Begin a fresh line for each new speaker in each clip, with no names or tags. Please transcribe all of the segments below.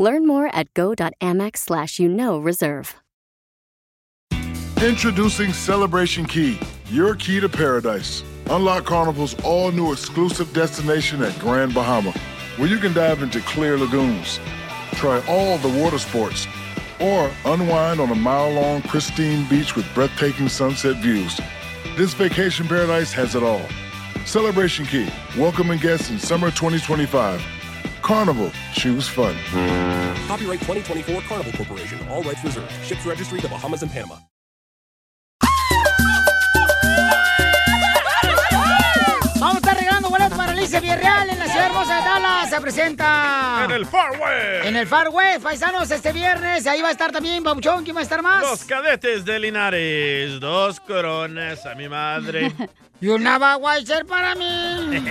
Learn more at go.amex slash you know reserve.
Introducing Celebration Key, your key to paradise. Unlock Carnival's all new exclusive destination at Grand Bahama, where you can dive into clear lagoons, try all the water sports, or unwind on a mile long, pristine beach with breathtaking sunset views. This vacation paradise has it all. Celebration Key, welcoming guests in summer 2025. Carnival, choose fun.
Copyright 2024 Carnival Corporation. All rights reserved. Ships registry: The Bahamas and Panama.
Vamos a estar regalando boletos para Alicia Villarreal en la ciudad hermosa de Dallas. Se presenta.
En el Far West.
En el Far West, paisanos, este viernes. Ahí va a estar también Pabuchón. ¿Quién va a estar más?
Los cadetes de Linares, dos coronas a mi madre.
Y una baguaycher para mí.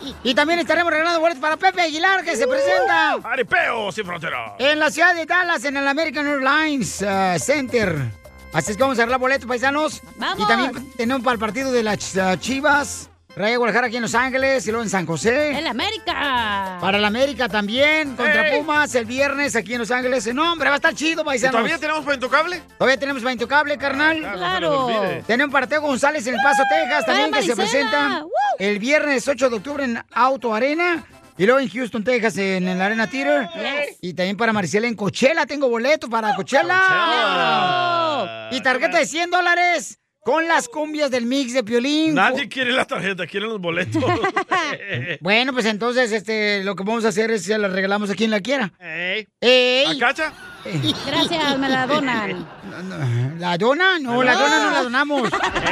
y también estaremos regalando boletos para Pepe Aguilar, que se
Uh.
presenta.
Aripeo sin frontera.
En la ciudad de Dallas, en el American Airlines uh, Center. Así es que vamos a arreglar boletos, paisanos.
¡Vamos!
Y también tenemos para el partido de las uh, Chivas. Raya Guadalajara aquí en Los Ángeles y luego en San José.
¡El América!
Para el América también, contra
¡Ey!
Pumas el viernes aquí en Los Ángeles. No, hombre, va a estar chido,
¿Y
paisanos.
¿Todavía tenemos para Intocable?
Todavía tenemos para Intocable, carnal.
Ah, claro, no se nos olvide.
Tenemos para Teo González en El Paso, Texas, también que se
Marisela!
presenta
¡Woo!
el viernes 8 de octubre en Auto Arena. Y luego en Houston, Texas, en el Arena Theater. Y también para Marcela en Coachella. Tengo boleto para Coachella. Y tarjeta de 100 dólares con las cumbias del mix de Piolín.
Nadie quiere la tarjeta, quieren los boletos.
Bueno, pues entonces este, lo que vamos a hacer es se las regalamos a quien la quiera.
Ey.
¡Ey!
¿A Cacha?
Gracias, me la donan.
¿La dona? No, la dona no la donamos.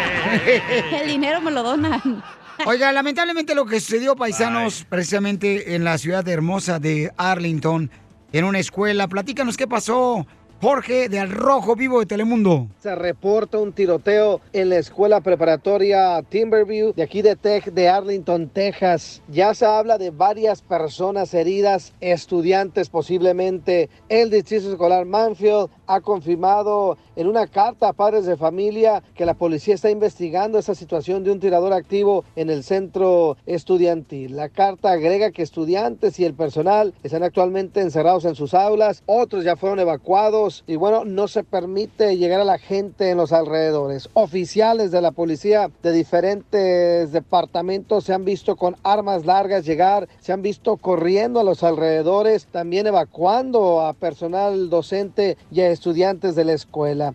El dinero me lo donan.
Oiga, lamentablemente lo que sucedió, paisanos, precisamente en la ciudad hermosa de Arlington, en una escuela. Platícanos qué pasó. Jorge de Al Rojo Vivo de Telemundo.
Se reporta un tiroteo en la escuela preparatoria Timberview de aquí de Tech de Arlington, Texas. Ya se habla de varias personas heridas, estudiantes posiblemente. El distrito escolar Manfield ha confirmado en una carta a padres de familia que la policía está investigando esa situación de un tirador activo en el centro estudiantil. La carta agrega que estudiantes y el personal están actualmente encerrados en sus aulas, otros ya fueron evacuados y bueno, no se permite llegar a la gente en los alrededores. Oficiales de la policía de diferentes departamentos se han visto con armas largas llegar, se han visto corriendo a los alrededores, también evacuando a personal docente y a estudiantes de la escuela.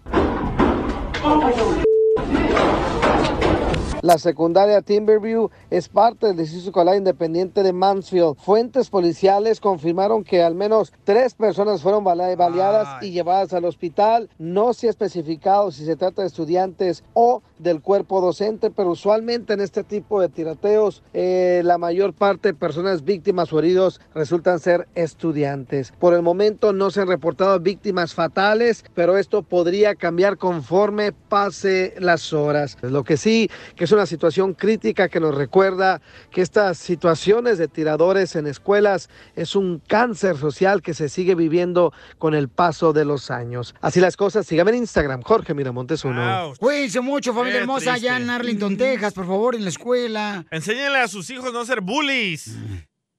La secundaria Timberview es parte del distrito escolar independiente de Mansfield. Fuentes policiales confirmaron que al menos tres personas fueron bala- baleadas y llevadas al hospital. No se ha especificado si se trata de estudiantes o del cuerpo docente, pero usualmente en este tipo de tiroteos eh, la mayor parte de personas víctimas o heridos resultan ser estudiantes. Por el momento no se han reportado víctimas fatales, pero esto podría cambiar conforme pase las horas. Lo que sí que es una situación crítica que nos recuerda que estas situaciones de tiradores en escuelas es un cáncer social que se sigue viviendo con el paso de los años. Así las cosas, síganme en Instagram, Jorge Miramontes uno.
Ouch.
Cuídense mucho, familia
Qué
hermosa, allá en
triste.
Arlington, Texas, por favor, en la escuela.
Enséñenle a sus hijos no ser bullies.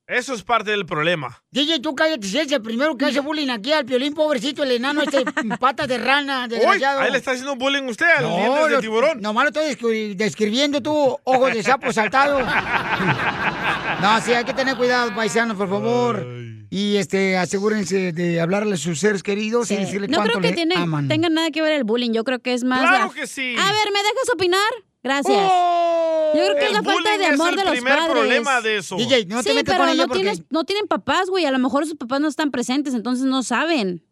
Eso es parte del problema.
DJ, tú cállate, si es el primero que hace bullying aquí al piolín, pobrecito, el enano, este patas de rana,
Uy,
desgraciado.
ahí le está haciendo bullying usted al dientes de
lo-
tiburón.
Nomás lo estoy descri- describiendo tú, ojos de sapo saltado. No, sí, hay que tener cuidado, paisanos, por favor. Y este, asegúrense de hablarle a sus seres queridos y decirle
No
cuánto
creo que
le
tiene,
aman.
tenga nada que ver el bullying. Yo creo que es más.
¡Claro
la-
que sí! ¡Oh!
A ver, ¿me dejas opinar? Gracias. Yo creo que es la
El
falta
bullying
de amor
es el
de los
primer
padres.
problema de eso.
DJ, no
sí,
te metas
pero
con ella
no,
porque...
tienes- no tienen papás, güey. A lo mejor sus papás no están presentes, entonces no saben.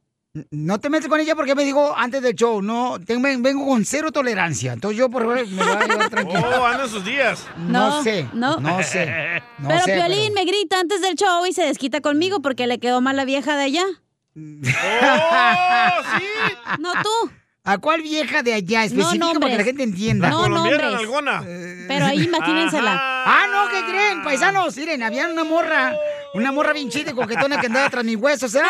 No te metas con ella porque me dijo antes del show, no, ten- ven- vengo con cero tolerancia. Entonces yo, por favor, me voy a llevar tranquilo.
Oh, andan sus días.
No,
No,
sé, no,
no.
sé, no
pero
sé.
Piolín me grita antes del show y se desquita conmigo porque le quedó mal la vieja de allá.
¡Oh, sí!
No tú.
¿A cuál vieja de allá? Específica para que
nombres.
la gente entienda.
No, no,
¿Colombiana,
hombres.
alguna?
Pero ahí imagínensela.
Ah, no, ¿qué creen, paisanos? Miren, había una morra, una morra bien chida y coquetona que andaba tras mis huesos, ¿eh?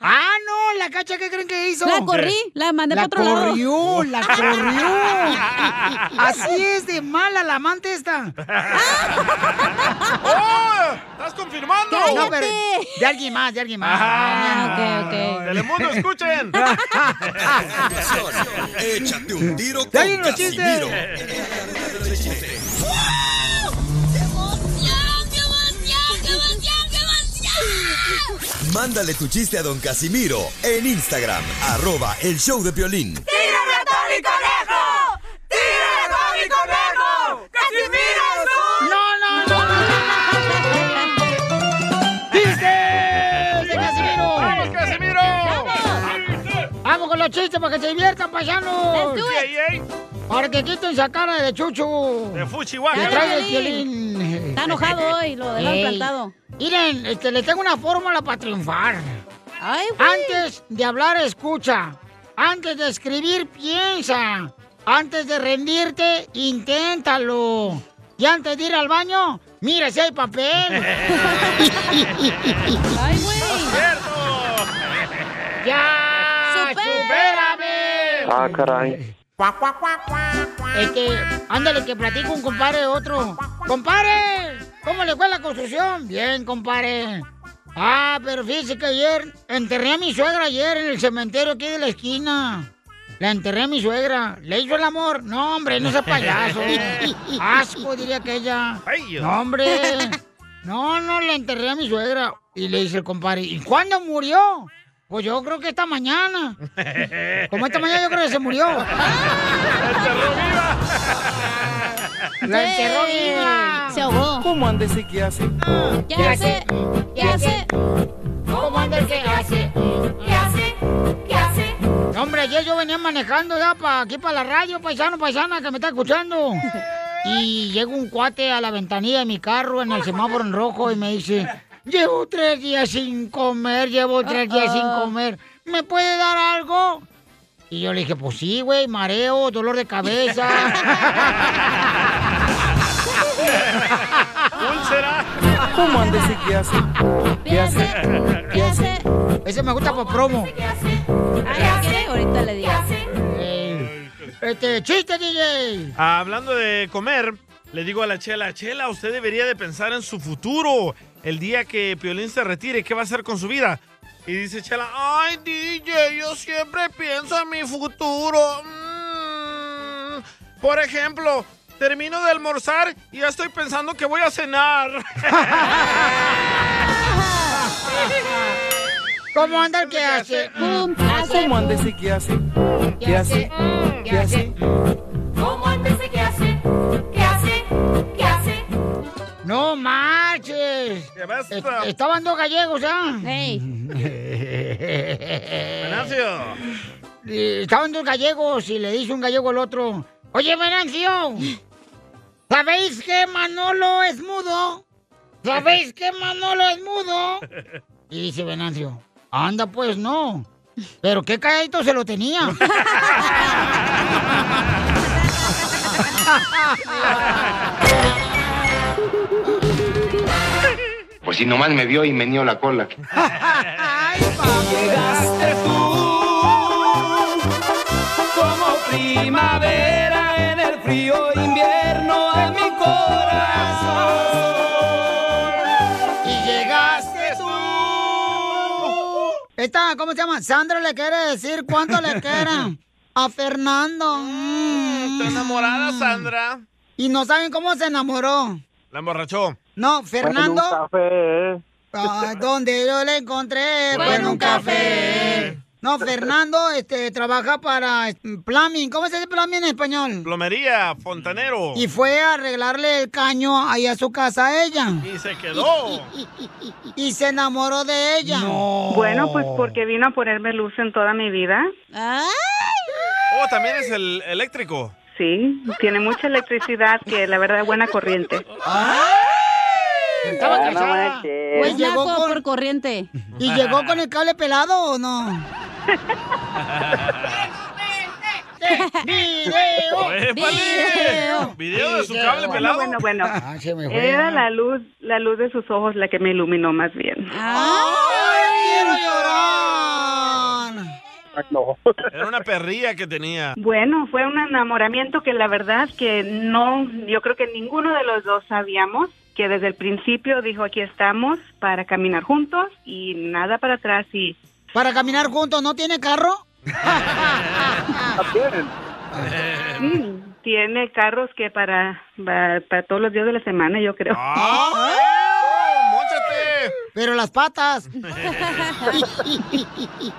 Ah, no, la cacha, ¿qué creen que hizo?
La corrí, la mandé para
La
otro lado.
corrió, la corrió. Así es de mala la amante esta.
¡Oh! ¡Estás confirmando!
No, pero de alguien más, de alguien más.
Ah, ok, ok.
¡Telemundo, escuchen!
Échate un tiro
¡Ya
con
vienen los
Casimiro.
chistes!
Mándale tu chiste a don Casimiro en Instagram, arroba el show de violín.
¡No, no, no! ¡Chistes de Casimiro!
¡Vamos, Casimiro!
¡Vamos con los chistes para que se diviertan, paisanos!
Let's do it.
¡Ey, ey!
Para que quiten esa cara de chucho.
¡De
Que
Fuchihuahua!
trae el violín.
Está enojado hoy, lo dejaron
Ey.
plantado.
Miren, este, le tengo una fórmula para triunfar.
Ay, güey.
Antes de hablar, escucha. Antes de escribir, piensa. Antes de rendirte, inténtalo. Y antes de ir al baño, mira si hay papel.
Ay, güey.
¡Ya! ¡Supérame!
Ah, caray.
Este, ándale que platico un compadre de otro. ¡Compare! ¿Cómo le fue la construcción? Bien, compare. Ah, pero fíjese que ayer enterré a mi suegra ayer en el cementerio aquí de la esquina. La enterré a mi suegra. ¿Le hizo el amor? No, hombre, no sea payaso. Asco, diría aquella.
¡Ay, yo!
No, hombre. No, no, la enterré a mi suegra. Y le dice el compadre, ¿y cuándo murió? Pues yo creo que esta mañana. Como esta mañana yo creo que se murió. ¡La enterró viva!
Se ahogó. ¿Cómo andes y qué hace? ¿Qué hace? ¿Qué hace?
¿Cómo anda el que hace? No, hombre, ayer yo venía manejando ya para aquí para la radio, paisano, paisana, que me está escuchando. Y llega un cuate a la ventanilla de mi carro en el semáforo en rojo y me dice, llevo tres días sin comer, llevo tres días sin comer, ¿me puede dar algo? Y yo le dije, pues sí, güey, mareo, dolor de cabeza.
¡Úlcera!
¿Qué hace? ¿Qué hace?
Ese me gusta por promo.
Ay, ¿qué? Ahorita le digo.
Eh, este, chiste, DJ.
Ah, hablando de comer, le digo a la Chela, Chela, usted debería de pensar en su futuro. El día que Piolín se retire, ¿qué va a hacer con su vida? Y dice Chela, ay DJ, yo siempre pienso en mi futuro. Mm. Por ejemplo, termino de almorzar y ya estoy pensando que voy a cenar.
¿Cómo anda el que hace?
Pum, ¿Qué hace?
¿Qué hace? ¿Qué hace? No marches.
¿Qué basta?
Est- Estaban dos gallegos, ¿ah?
Ey,
Venancio.
Eh, Estaban dos gallegos y le dice un gallego al otro, oye, Venancio, ¿sabéis que Manolo es mudo? ¿Sabéis que Manolo es mudo? Y dice Venancio, anda pues no, pero qué calladito se lo tenía.
Pues si nomás me vio y me nió la cola.
Ay, papá.
Llegaste tú como primavera en el frío invierno a mi corazón.
Y llegaste tú. Esta, ¿cómo se llama? Sandra le quiere decir cuánto le queda a Fernando.
Mm,
Mm.
Está enamorada, Sandra.
Y no saben cómo se enamoró.
La emborrachó.
No, Fernando,
café.
ah, donde yo le encontré fue en un café. No, Fernando este, trabaja para eh, plumbing. ¿Cómo se dice plumbing en español?
Plomería, fontanero.
Y fue a arreglarle el caño ahí a su casa a ella.
Y se quedó. Oh,
Y se enamoró de ella.
Bueno, pues porque vino a ponerme luz en toda mi vida.
Ah,
Oh, también es el eléctrico.
Sí, tiene mucha electricidad que la verdad es buena corriente.
Estaba
Ah, no
casada.
manches.
Güey,
Es
llegó
naco
por corriente. ¿Y llegó con el cable pelado o no?
¡Video!
¡Video!
¡Video de su
Video.
cable
Bueno,
pelado! Ah,
Bueno, bueno.
me
fue.
Era la luz, la luz de sus ojos la que me iluminó más bien.
¡Quiero llorar!
Era una perrilla que tenía.
Bueno, fue un enamoramiento que la verdad que no, yo creo que ninguno de los dos sabíamos que desde el principio dijo aquí estamos para caminar juntos y nada para atrás y
¿Para caminar juntos no tiene carro?
mm, tiene carros que para, para para todos los días de la semana yo creo.
Ah.
¿Ah?
Pero las patas.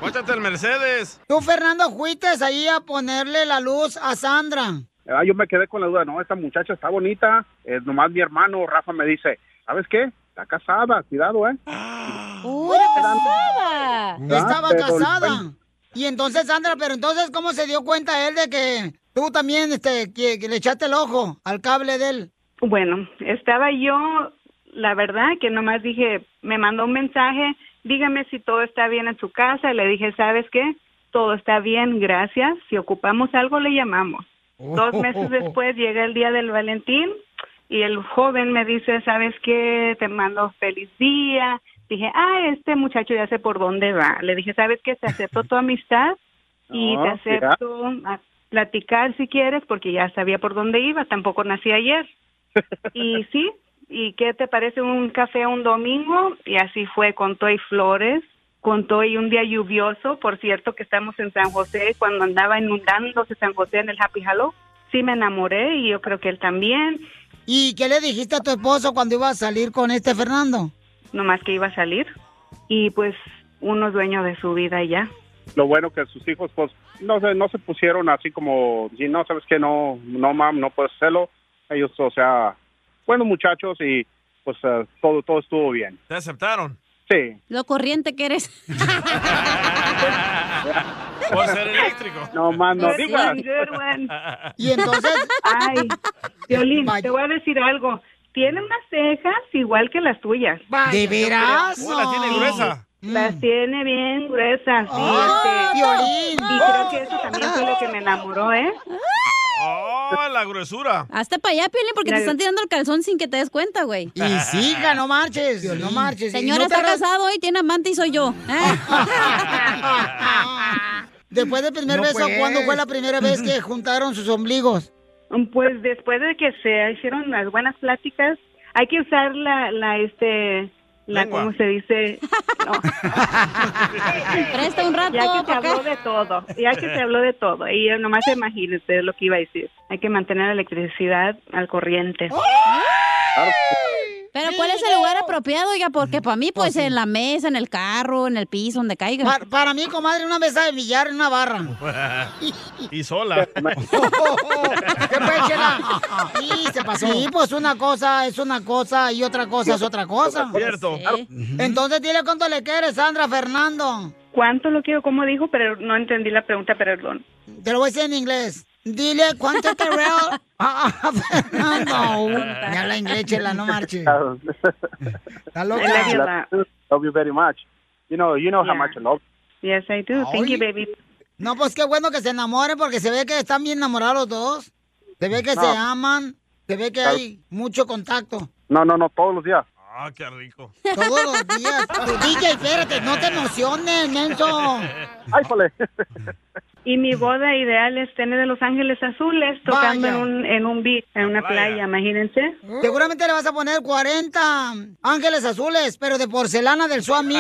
Móchate el Mercedes.
Tú, Fernando, fuiste ahí a ponerle la luz a Sandra.
Ah, yo me quedé con la duda, no, esta muchacha está bonita, eh, nomás mi hermano Rafa me dice, ¿sabes qué? Está casada, cuidado, ¿eh?
¡Era casada! Estaba
Ah, pero-
casada. Y entonces, Sandra, pero entonces, ¿cómo se dio cuenta él de que tú también este, que, que le echaste el ojo al cable de él?
Bueno, estaba yo, la verdad, que nomás dije, me mandó un mensaje, dígame si todo está bien en su casa. Y le dije, ¿sabes qué? Todo está bien, gracias. Si ocupamos algo, le llamamos. Dos meses después llega el día del Valentín y el joven me dice, ¿sabes qué? Te mando feliz día. Dije, ah, este muchacho ya sé por dónde va. Le dije, ¿sabes qué? Te acepto tu amistad y
No,
te acepto a platicar si quieres porque ya sabía por dónde iba. Tampoco nací ayer. y sí, ¿y qué te parece un café un domingo? Y así fue con Toy Flores. Con todo y un día lluvioso, por cierto que estamos en San José, cuando andaba inundándose San José en el Happy Halo, sí me enamoré y yo creo que él también.
¿Y qué le dijiste a tu esposo cuando iba a salir con este Fernando?
Nomás que iba a salir y pues uno es dueño de su vida y ya.
Lo bueno que sus hijos, pues, no se, no se pusieron así como, "Sí, no, ¿sabes qué? No, no, mam, no puedes hacerlo. Ellos, o sea, buenos muchachos y pues eh, todo, todo estuvo bien.
¿Te aceptaron?
Sí.
Lo corriente que eres.
Por ser eléctrico.
No, más no
Sí,
digas.
good one.
Y entonces,
ay, Violín, te voy a decir algo. Tiene unas cejas igual que las tuyas.
¿De veras?
Sí,
Oh, la tiene gruesa.
Las tiene bien gruesas. sí,
Ah,
este,
Violín.
Y creo que eso también fue lo que me enamoró, ¿eh?
¡Oh, la gruesura!
Hasta para allá, Piolín, porque te
La-
están tirando el calzón sin que te des cuenta, güey.
Y siga,
no marches, no marches.
Señora,
Y no te
está
arras-
casado y tiene amante y soy yo.
Después del primer
No,
beso,
pues.
¿cuándo fue la primera vez que juntaron sus ombligos?
Pues después de que se hicieron las buenas pláticas, hay que usar la, la este, la,
Lengua.
¿cómo se dice?
Presta un rato.
Ya que se
pa' acá.
habló de todo, ya que se habló de todo. Y yo nomás imagínense lo que iba a decir. Hay que mantener la electricidad al corriente.
Oh,
Pero ¿cuál es el lugar apropiado, oiga? Porque para mí, pues, en la mesa, en el carro, en el piso, donde caiga.
Para, mí, comadre, una mesa de billar en una barra.
y sola.
¿Qué fue, Chela? Sí, se pasó. Sí, pues una cosa es una cosa y otra cosa es otra cosa.
Cierto.
Entonces dile cuánto le quieres, Sandra Fernando.
¿Cuánto lo quiero? ¿Cómo dijo? Pero no entendí la pregunta, perdón.
Te lo voy a decir en inglés. Dile cuánto te veo a a Fernando. Me habla inglés, Chela, no marches. Está loca.
I love
Love you very much. You know, you know how much I love you.
Yes, I do. Thank you, baby.
No, pues qué bueno que se enamoren porque se ve que están bien enamorados los dos. Se ve que
No.
se aman. Se ve que
Claro.
hay mucho contacto.
No, no, no, todos los días.
¡Ah, qué rico!
Todos los días. Tu DJ, espérate, no te emociones, menso.
¡Ay, jole!
Y mi boda ideal es tener de Los Ángeles Azules tocando en
Vaya.
un, en un beat, en una
playa.
playa. imagínense.
Seguramente le vas a poner 40 ángeles azules, pero de porcelana del Swami.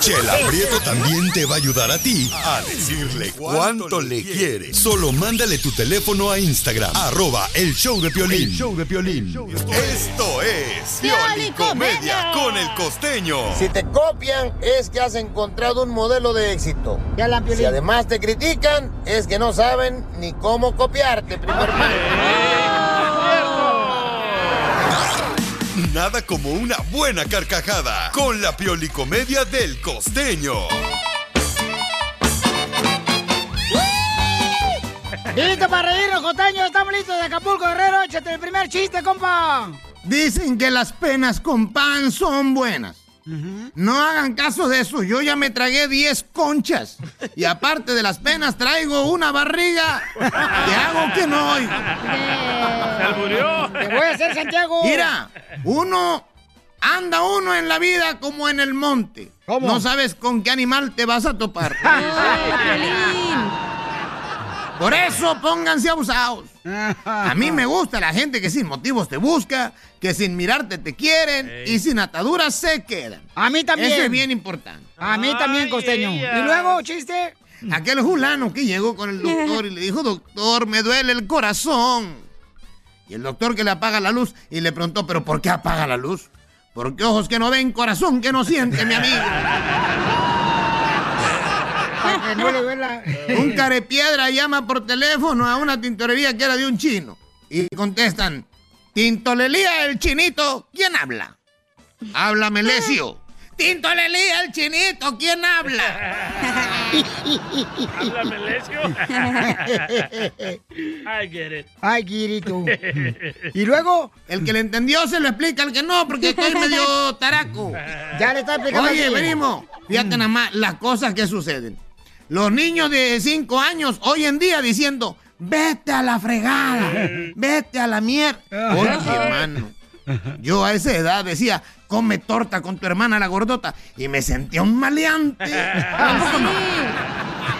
Chela Prieto también te va a ayudar a ti a decirle cuánto le quieres. Solo mándale tu teléfono a Instagram, arroba el show de Piolín.
El
show de Esto es Pioli Comedia con el costeño.
Si te copian es que has encontrado un modelo de éxito.
Ya la
Si además te critican es que no saben ni cómo copiarte, primer
Nada como una buena carcajada con la Pioli Comedia del costeño.
¿Listo para reírnos, Costeño? ¿Estamos listos de Acapulco, Guerrero? Échate el primer chiste, compa.
Dicen que las penas con pan son buenas. No hagan caso de eso. Yo ya me tragué 10 conchas. Y aparte de las penas, traigo una barriga que hago que no oigo.
¡Se alburió! ¡Te voy a hacer, Santiago!
Mira, uno anda uno en la vida como en el monte. No sabes con qué animal te vas a topar. Por eso pónganse abusados. A mí me gusta la gente que sin motivos te busca, que sin mirarte te quieren y sin ataduras se quedan.
A mí también.
Eso es bien importante.
A mí también, costeño. Y luego, chiste.
Aquel fulano que llegó con el doctor y le dijo, doctor, me duele el corazón. Y el doctor que le apaga la luz y le preguntó, ¿pero por qué apaga la luz? Porque ojos que no ven, corazón que no siente, mi amigo.
que no le duela.
Un carepiedra llama por teléfono a una tintorería que era de un chino. Y contestan, Tintolelía el chinito, ¿quién habla? Habla
Ah.
Melesio. Tintolelía el chinito, ¿quién habla?
Habla Melesio. I get it.
Ay, Kirito. Y luego.
El que le entendió se lo explica, el que no, porque estoy medio taraco.
Ya le está explicando
Oye,
aquí.
primo,
Mm.
fíjate nada más las cosas que suceden. Los niños de 5 años hoy en día diciendo, vete a la fregada, vete a la mierda. Oye, hermano, yo a esa edad decía, come torta con tu hermana la gordota, y me sentía un maleante.
Ah,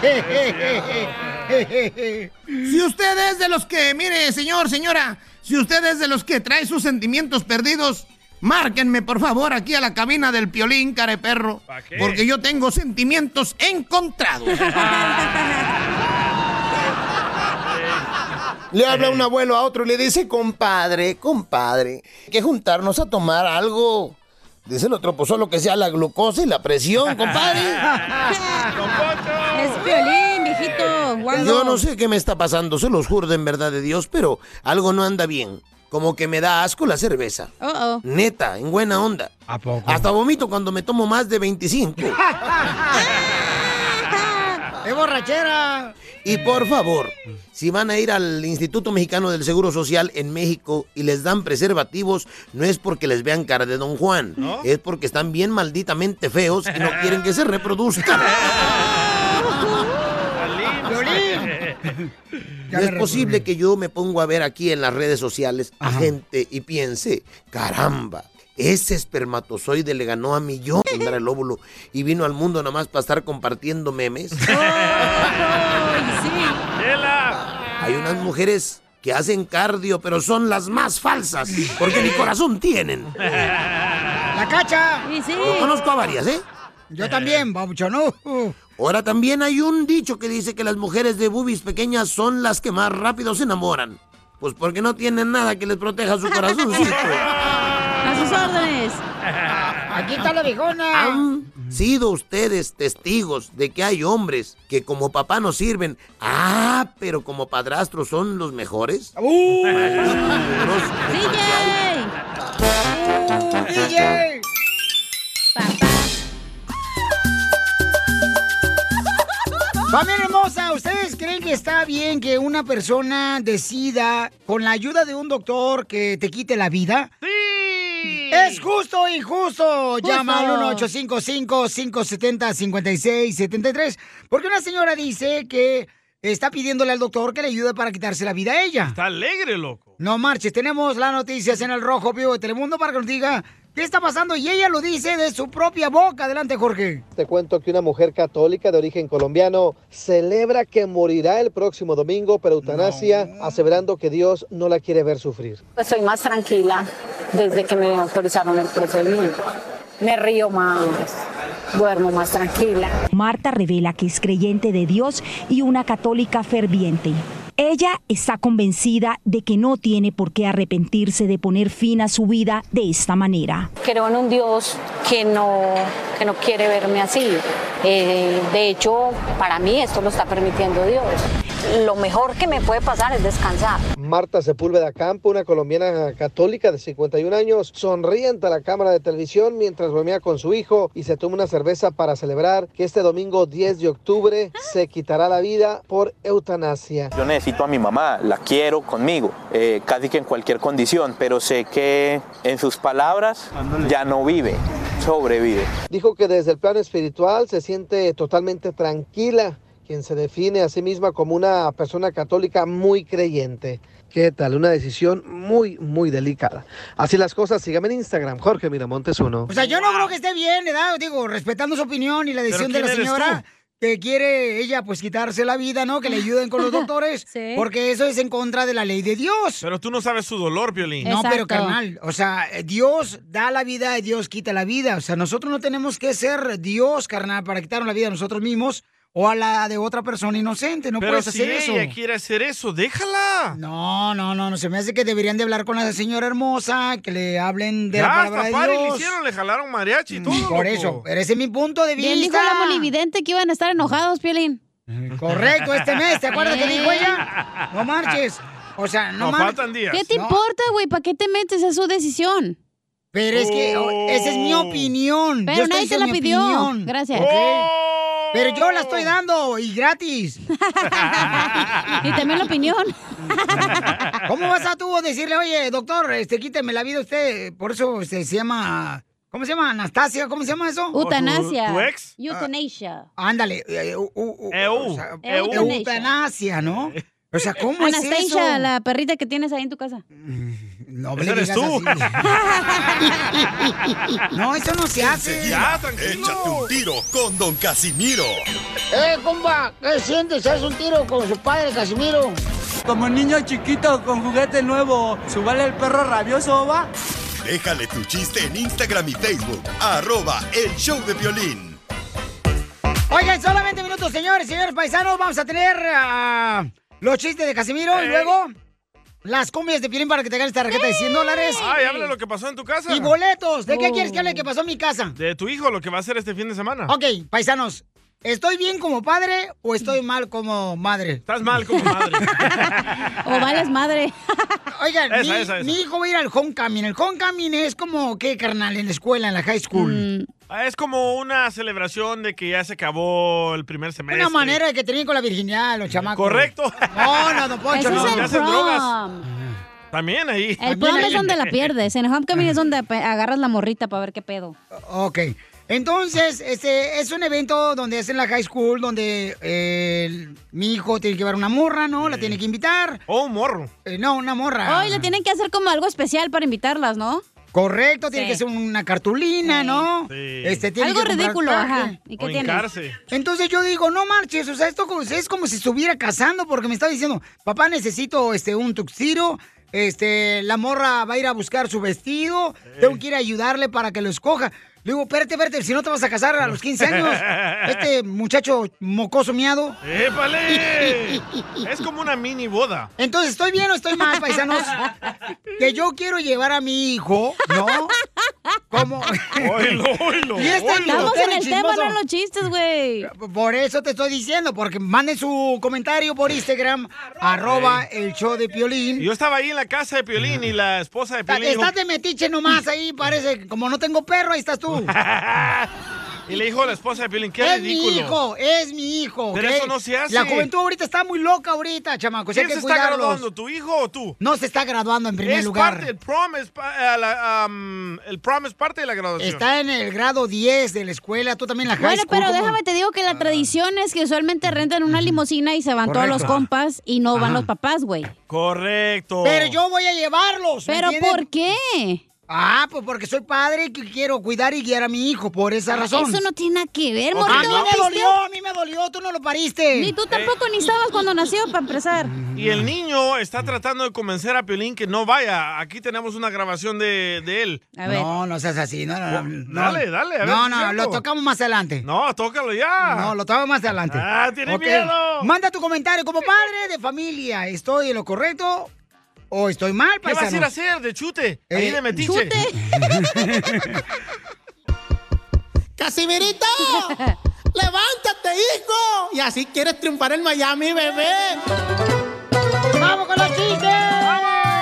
Si usted es de los que, mire, señor, señora, si usted es de los que trae sus sentimientos perdidos, márquenme por favor aquí a la cabina del piolín, careperro,
qué?
porque yo tengo sentimientos encontrados.
Le habla un abuelo a otro y le dice, compadre, compadre, hay que juntarnos a tomar algo. Dice el otro, pues solo que sea la glucosa y la presión, compadre.
Es violín, viejito. guango.
Yo no sé qué me está pasando, se los juro en verdad de Dios, pero algo no anda bien. Como que me da asco la cerveza.
Oh.
Uh-oh.
Neta, en buena onda. ¿A poco? Hasta vomito cuando me tomo más de 25.
¡Es borrachera!
Y por favor, si van a ir al Instituto Mexicano del Seguro Social en México y les dan preservativos, no es porque les vean cara de Don Juan, es porque están bien malditamente feos y no quieren que se reproduzcan. No es posible que yo me pongo a ver aquí en las redes sociales a gente y piense, caramba, ese espermatozoide le ganó a mi yo era el óvulo y vino al mundo nada más para estar compartiendo memes.
Ah.
Hay unas mujeres que hacen cardio, pero son las más falsas, porque ni corazón tienen.
¡La cacha! Sí, sí.
Yo conozco a varias, ¿eh?
Yo también, babucho, ¿no?
Ahora también hay un dicho que dice que las mujeres de boobies pequeñas son las que más rápido se enamoran. Pues porque no tienen nada que les proteja su corazoncito.
A sus órdenes.
Aquí está la viejona.
¿Han sido ustedes testigos de que hay hombres que como papá no sirven, ah, pero como padrastros son los mejores?
Uh,
Uh.
DJ. Familia hermosa, ¿ustedes creen que está bien que una persona decida, con la ayuda de un doctor, que te quite la vida? ¡Sí! ¡Es justo o injusto! Llama al 1-855-570-5673. Porque una señora dice que está pidiéndole al doctor que le ayude para quitarse la vida a ella.
Está alegre, loco.
No marches, tenemos las noticias en el Rojo Vivo de Telemundo para que nos diga qué está pasando y ella lo dice de su propia boca. Adelante, Jorge.
Te cuento que una mujer católica de origen colombiano celebra que morirá el próximo domingo por eutanasia, aseverando que Dios no la quiere ver sufrir.
Pues soy más tranquila desde que me autorizaron el procedimiento. Me río más, duermo más tranquila.
Marta revela que es creyente de Dios y una católica ferviente. Ella está convencida de que no tiene por qué arrepentirse de poner fin a su vida de esta manera.
Creo en un Dios que no, que no quiere verme así. Eh, de hecho, para mí esto lo está permitiendo Dios. Lo mejor que me puede pasar es descansar.
Marta Sepúlveda Campo, una colombiana católica de 51 años, sonríe ante la cámara de televisión mientras bromea con su hijo y se toma una cerveza para celebrar que este domingo 10 de octubre se quitará la vida por eutanasia.
necesito a mi mamá, la quiero conmigo, eh, casi que en cualquier condición, pero sé que en sus palabras ya no vive, sobrevive.
Dijo que desde el plano espiritual se siente totalmente tranquila, quien se define a sí misma como una persona católica muy creyente. ¿Qué tal? Una decisión muy, muy delicada. Así las cosas, sígame en Instagram, Jorge Miramontes uno.
O sea, yo no creo que esté bien, ¿verdad? Digo, respetando su opinión y la decisión de
¿quién
la
eres
señora que quiere ella pues quitarse la vida, ¿no? Que le ayuden con los doctores, porque eso es en contra de la ley de Dios.
Pero tú no sabes su dolor, Piolín.
No, pero carnal, o sea, eh, Dios da la vida y Dios quita la vida. O sea, nosotros no tenemos que ser Dios, carnal, para quitarnos la vida a nosotros mismos o a la de otra persona inocente. No
pero
puedes
si
hacer eso.
ella Ah. quiere hacer eso, déjala.
No, no, no, no. Se me hace que deberían de hablar con la señora hermosa, que le hablen de la
ya,
palabra
hasta
de
party le
Dios.
hicieron, le jalaron mariachi y todo.
Por
loco.
eso, pero ese es mi punto de vista.
Bien dijo la monividente que iban a estar enojados, Piolín.
Correcto, este mes, ¿te acuerdas que dijo ella? No marches. O sea, no, marches.
¿Qué te importa, güey? ¿Para qué te metes? Es su decisión.
Pero es que o- esa es mi opinión.
Pero
Yo
nadie
estoy
te la
dando mi
pidió.
opinión.
Gracias.
Ok.
¡Oh!
Pero yo la estoy dando y gratis.
Y también la opinión.
¿Cómo vas a tú decirle, oye, doctor, este, quíteme la vida a usted? Por eso este, se llama. ¿Cómo se llama? ¿Anastasia? ¿Cómo se llama eso?
Eutanasia. Eutanasia.
Ah, ándale. eh, u- u- u-
E
o sea,
Eu.
Eutanasia, ¿no? O sea, ¿cómo es
Anastasia,
eso?
la perrita que tienes ahí en tu casa.
No
Ese eres tú.
No, eso no se hace.
Ya, Échate un tiro con Don Casimiro.
¡Eh, compa! ¿Qué sientes? ¿Haz un tiro con su padre, Casimiro?
Como niño chiquito con juguete nuevo, subale el perro rabioso, va.
Déjale tu chiste en Instagram y Facebook. Arroba el show de violín.
Oigan, solamente minutos, señores, señores paisanos. Vamos a tener ah, los chistes de Casimiro y luego las cumbias de Piolín para que te ganes tarjeta de 100 dólares.
Ay, habla lo que pasó en tu casa.
Y boletos. ¿De qué
Oh.
quieres que hable que pasó en mi casa?
De tu hijo, lo que va a hacer este fin de semana.
Ok, paisanos. ¿Estoy bien como padre o estoy mal como madre? Estás
Mm. mal como madre.
o vales madre. Oigan,
Esa,
mi,
esa, esa.
mi hijo va a ir al homecoming. El homecoming es como, ¿qué, carnal? En la escuela, en la high school.
Ah, Es como una celebración de que ya se acabó el primer semestre.
Una manera de que tenían con la virginidad los chamacos.
Este. Eh, Correcto.
No, no, don Poncho,
Eso
no.
es el
hacen drogas.
prom.
También ahí.
El prom es donde la pierdes. En el homecoming es donde pe- agarras la morrita para ver qué pedo.
Ok. Entonces, este es un evento donde hacen la high school, donde eh, el- mi hijo tiene que llevar una morra, ¿no? La tiene que invitar. Eh,
O Oh, un morro.
no, una morra.
Hoy le tienen que hacer como algo especial para invitarlas, ¿no?
Correcto, tiene
Sí.
que ser una cartulina, ¿no?
Sí.
Este, tiene
Algo
que comprar
ridículo,
traje.
ajá. ¿Y qué
O
tienes?
hincarse.
Entonces yo digo, no marches, o sea, esto como- es como si estuviera casando porque me está diciendo, papá necesito este un tuxiro, este, la morra va a ir a buscar su vestido, tengo que ir a ayudarle para que lo escoja. Le digo, espérate, espérate, si no te vas a casar a los 15 años, este muchacho mocoso miado.
¡Épale! es como una mini boda.
Entonces, ¿estoy bien o estoy mal, paisanos? Que yo quiero llevar a mi hijo, ¿no? Como...
Oilo, oilo,
Y este
oilo. Estamos en el tema, no en
los chistes, güey. Por eso te estoy diciendo, porque manden su comentario por Instagram, arroba el show de Piolín.
Yo estaba ahí en la casa de Piolín y la esposa de
Está-
Piolín. dijo-
Estás de metiche nomás ahí, parece. que Como no tengo perro, ahí estás tú.
y le dijo a la esposa de Piolín, qué
es
ridículo.
mi hijo, es mi hijo.
Pero
¿ok?
eso no se hace.
La juventud ahorita está muy loca ahorita, chamaco.
¿Quién se está graduando, tu hijo o tú?
No se está graduando en primer
es
lugar.
parte, el prom es, pa- a la, am, el prom es parte de la graduación.
Está en el grado 10 de la escuela, tú también la high
Bueno,
school,
pero
¿cómo?
déjame te digo que la tradición es que usualmente rentan una limusina y se van todos los
Correcto.
compas y no van
Ajá.
los papás, güey.
Correcto.
voy a llevarlos.
Pero ¿por qué?
Pues, Ah, pues porque soy padre y que quiero cuidar y guiar a mi hijo, por esa razón.
Ah, Eso no tiene nada que ver,
Ok,
morrito.
a mí me
¿Naciste?
dolió, a mí me dolió, tú no lo pariste.
Ni
Eh.
tú tampoco, ni estabas cuando nació, para empezar.
Y el niño está tratando de convencer a Piolín que no vaya. Aquí tenemos una grabación de, de él.
A ver. No, no seas así. No, no, no.
Oh, Dale, dale. A ver,
no,
si
no,
es
lo
cierto.
tocamos más adelante.
No, tócalo ya.
No, lo tocamos más adelante.
Ah, tiene
Ok.
miedo.
Manda tu comentario como padre de familia. ¿Estoy en lo correcto o estoy mal,
¿Qué vas a ir
paisano?
a hacer de chute? Ahí
Eh,
de metiche.
¡Casimirito! ¡Levántate, hijo! Y así quieres triunfar en Miami, bebé.
¡Vamos con los chistes! ¡Vamos!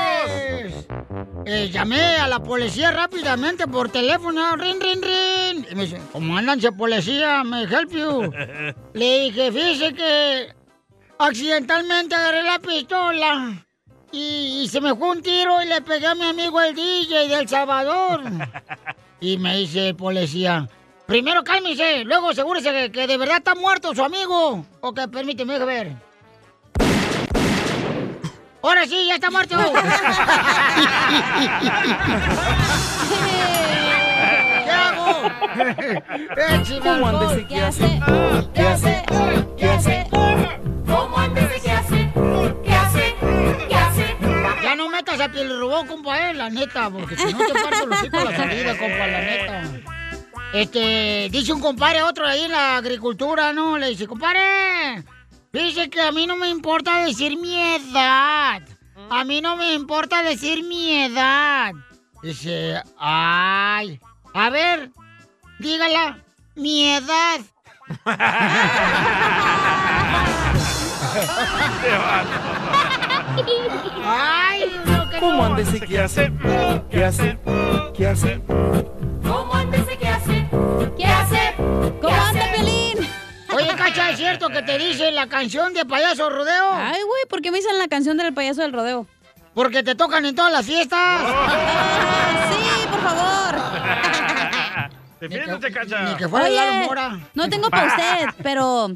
Eh, llamé a la policía rápidamente por teléfono, rin, rin, rin. Y me dice, comándanse policía, me help you. Le dije, fíjese que accidentalmente agarré la pistola y, y se me fue un tiro y le pegué a mi amigo el DJ del Salvador. y me dice el policía, primero cálmese, luego asegúrese que, que de verdad está muerto su amigo. Ok, permíteme déjame ver. Ahora sí, ya está muerto. ¿Qué hago?
¿Cómo andes y qué hace? ¿Qué hace? ¿Qué hace? ¿Cómo andes y qué hace? ¿Qué hace? ¿Qué hace?
Ya no metas a piel robó, compa, eh, la neta, porque si no te parto los hijos a la salida, compa, la neta. Este, dice un compadre a otro ahí en la agricultura, ¿no? Le dice, compadre, dice que a mí no me importa decir mi edad. A mí no me importa decir mi edad. Dice, ay, a ver, dígala, mi edad. Ay, no, que
¿Cómo
no.
andes y qué hace? ¿Qué hace? ¿Qué hace?
¿Cómo antes qué hace? ¿Qué hace? ¿Cómo anda, Pelín? Oye, Cacha, ¿es cierto que te dice la canción de Payaso Rodeo? Ay, güey, ¿por qué me dicen la canción del Payaso del Rodeo? Porque te tocan en todas las fiestas. sí, por favor.
Defiéndete, cacha.
Ni que fuera
Oye,
Lalo Mora.
No tengo para usted, pero.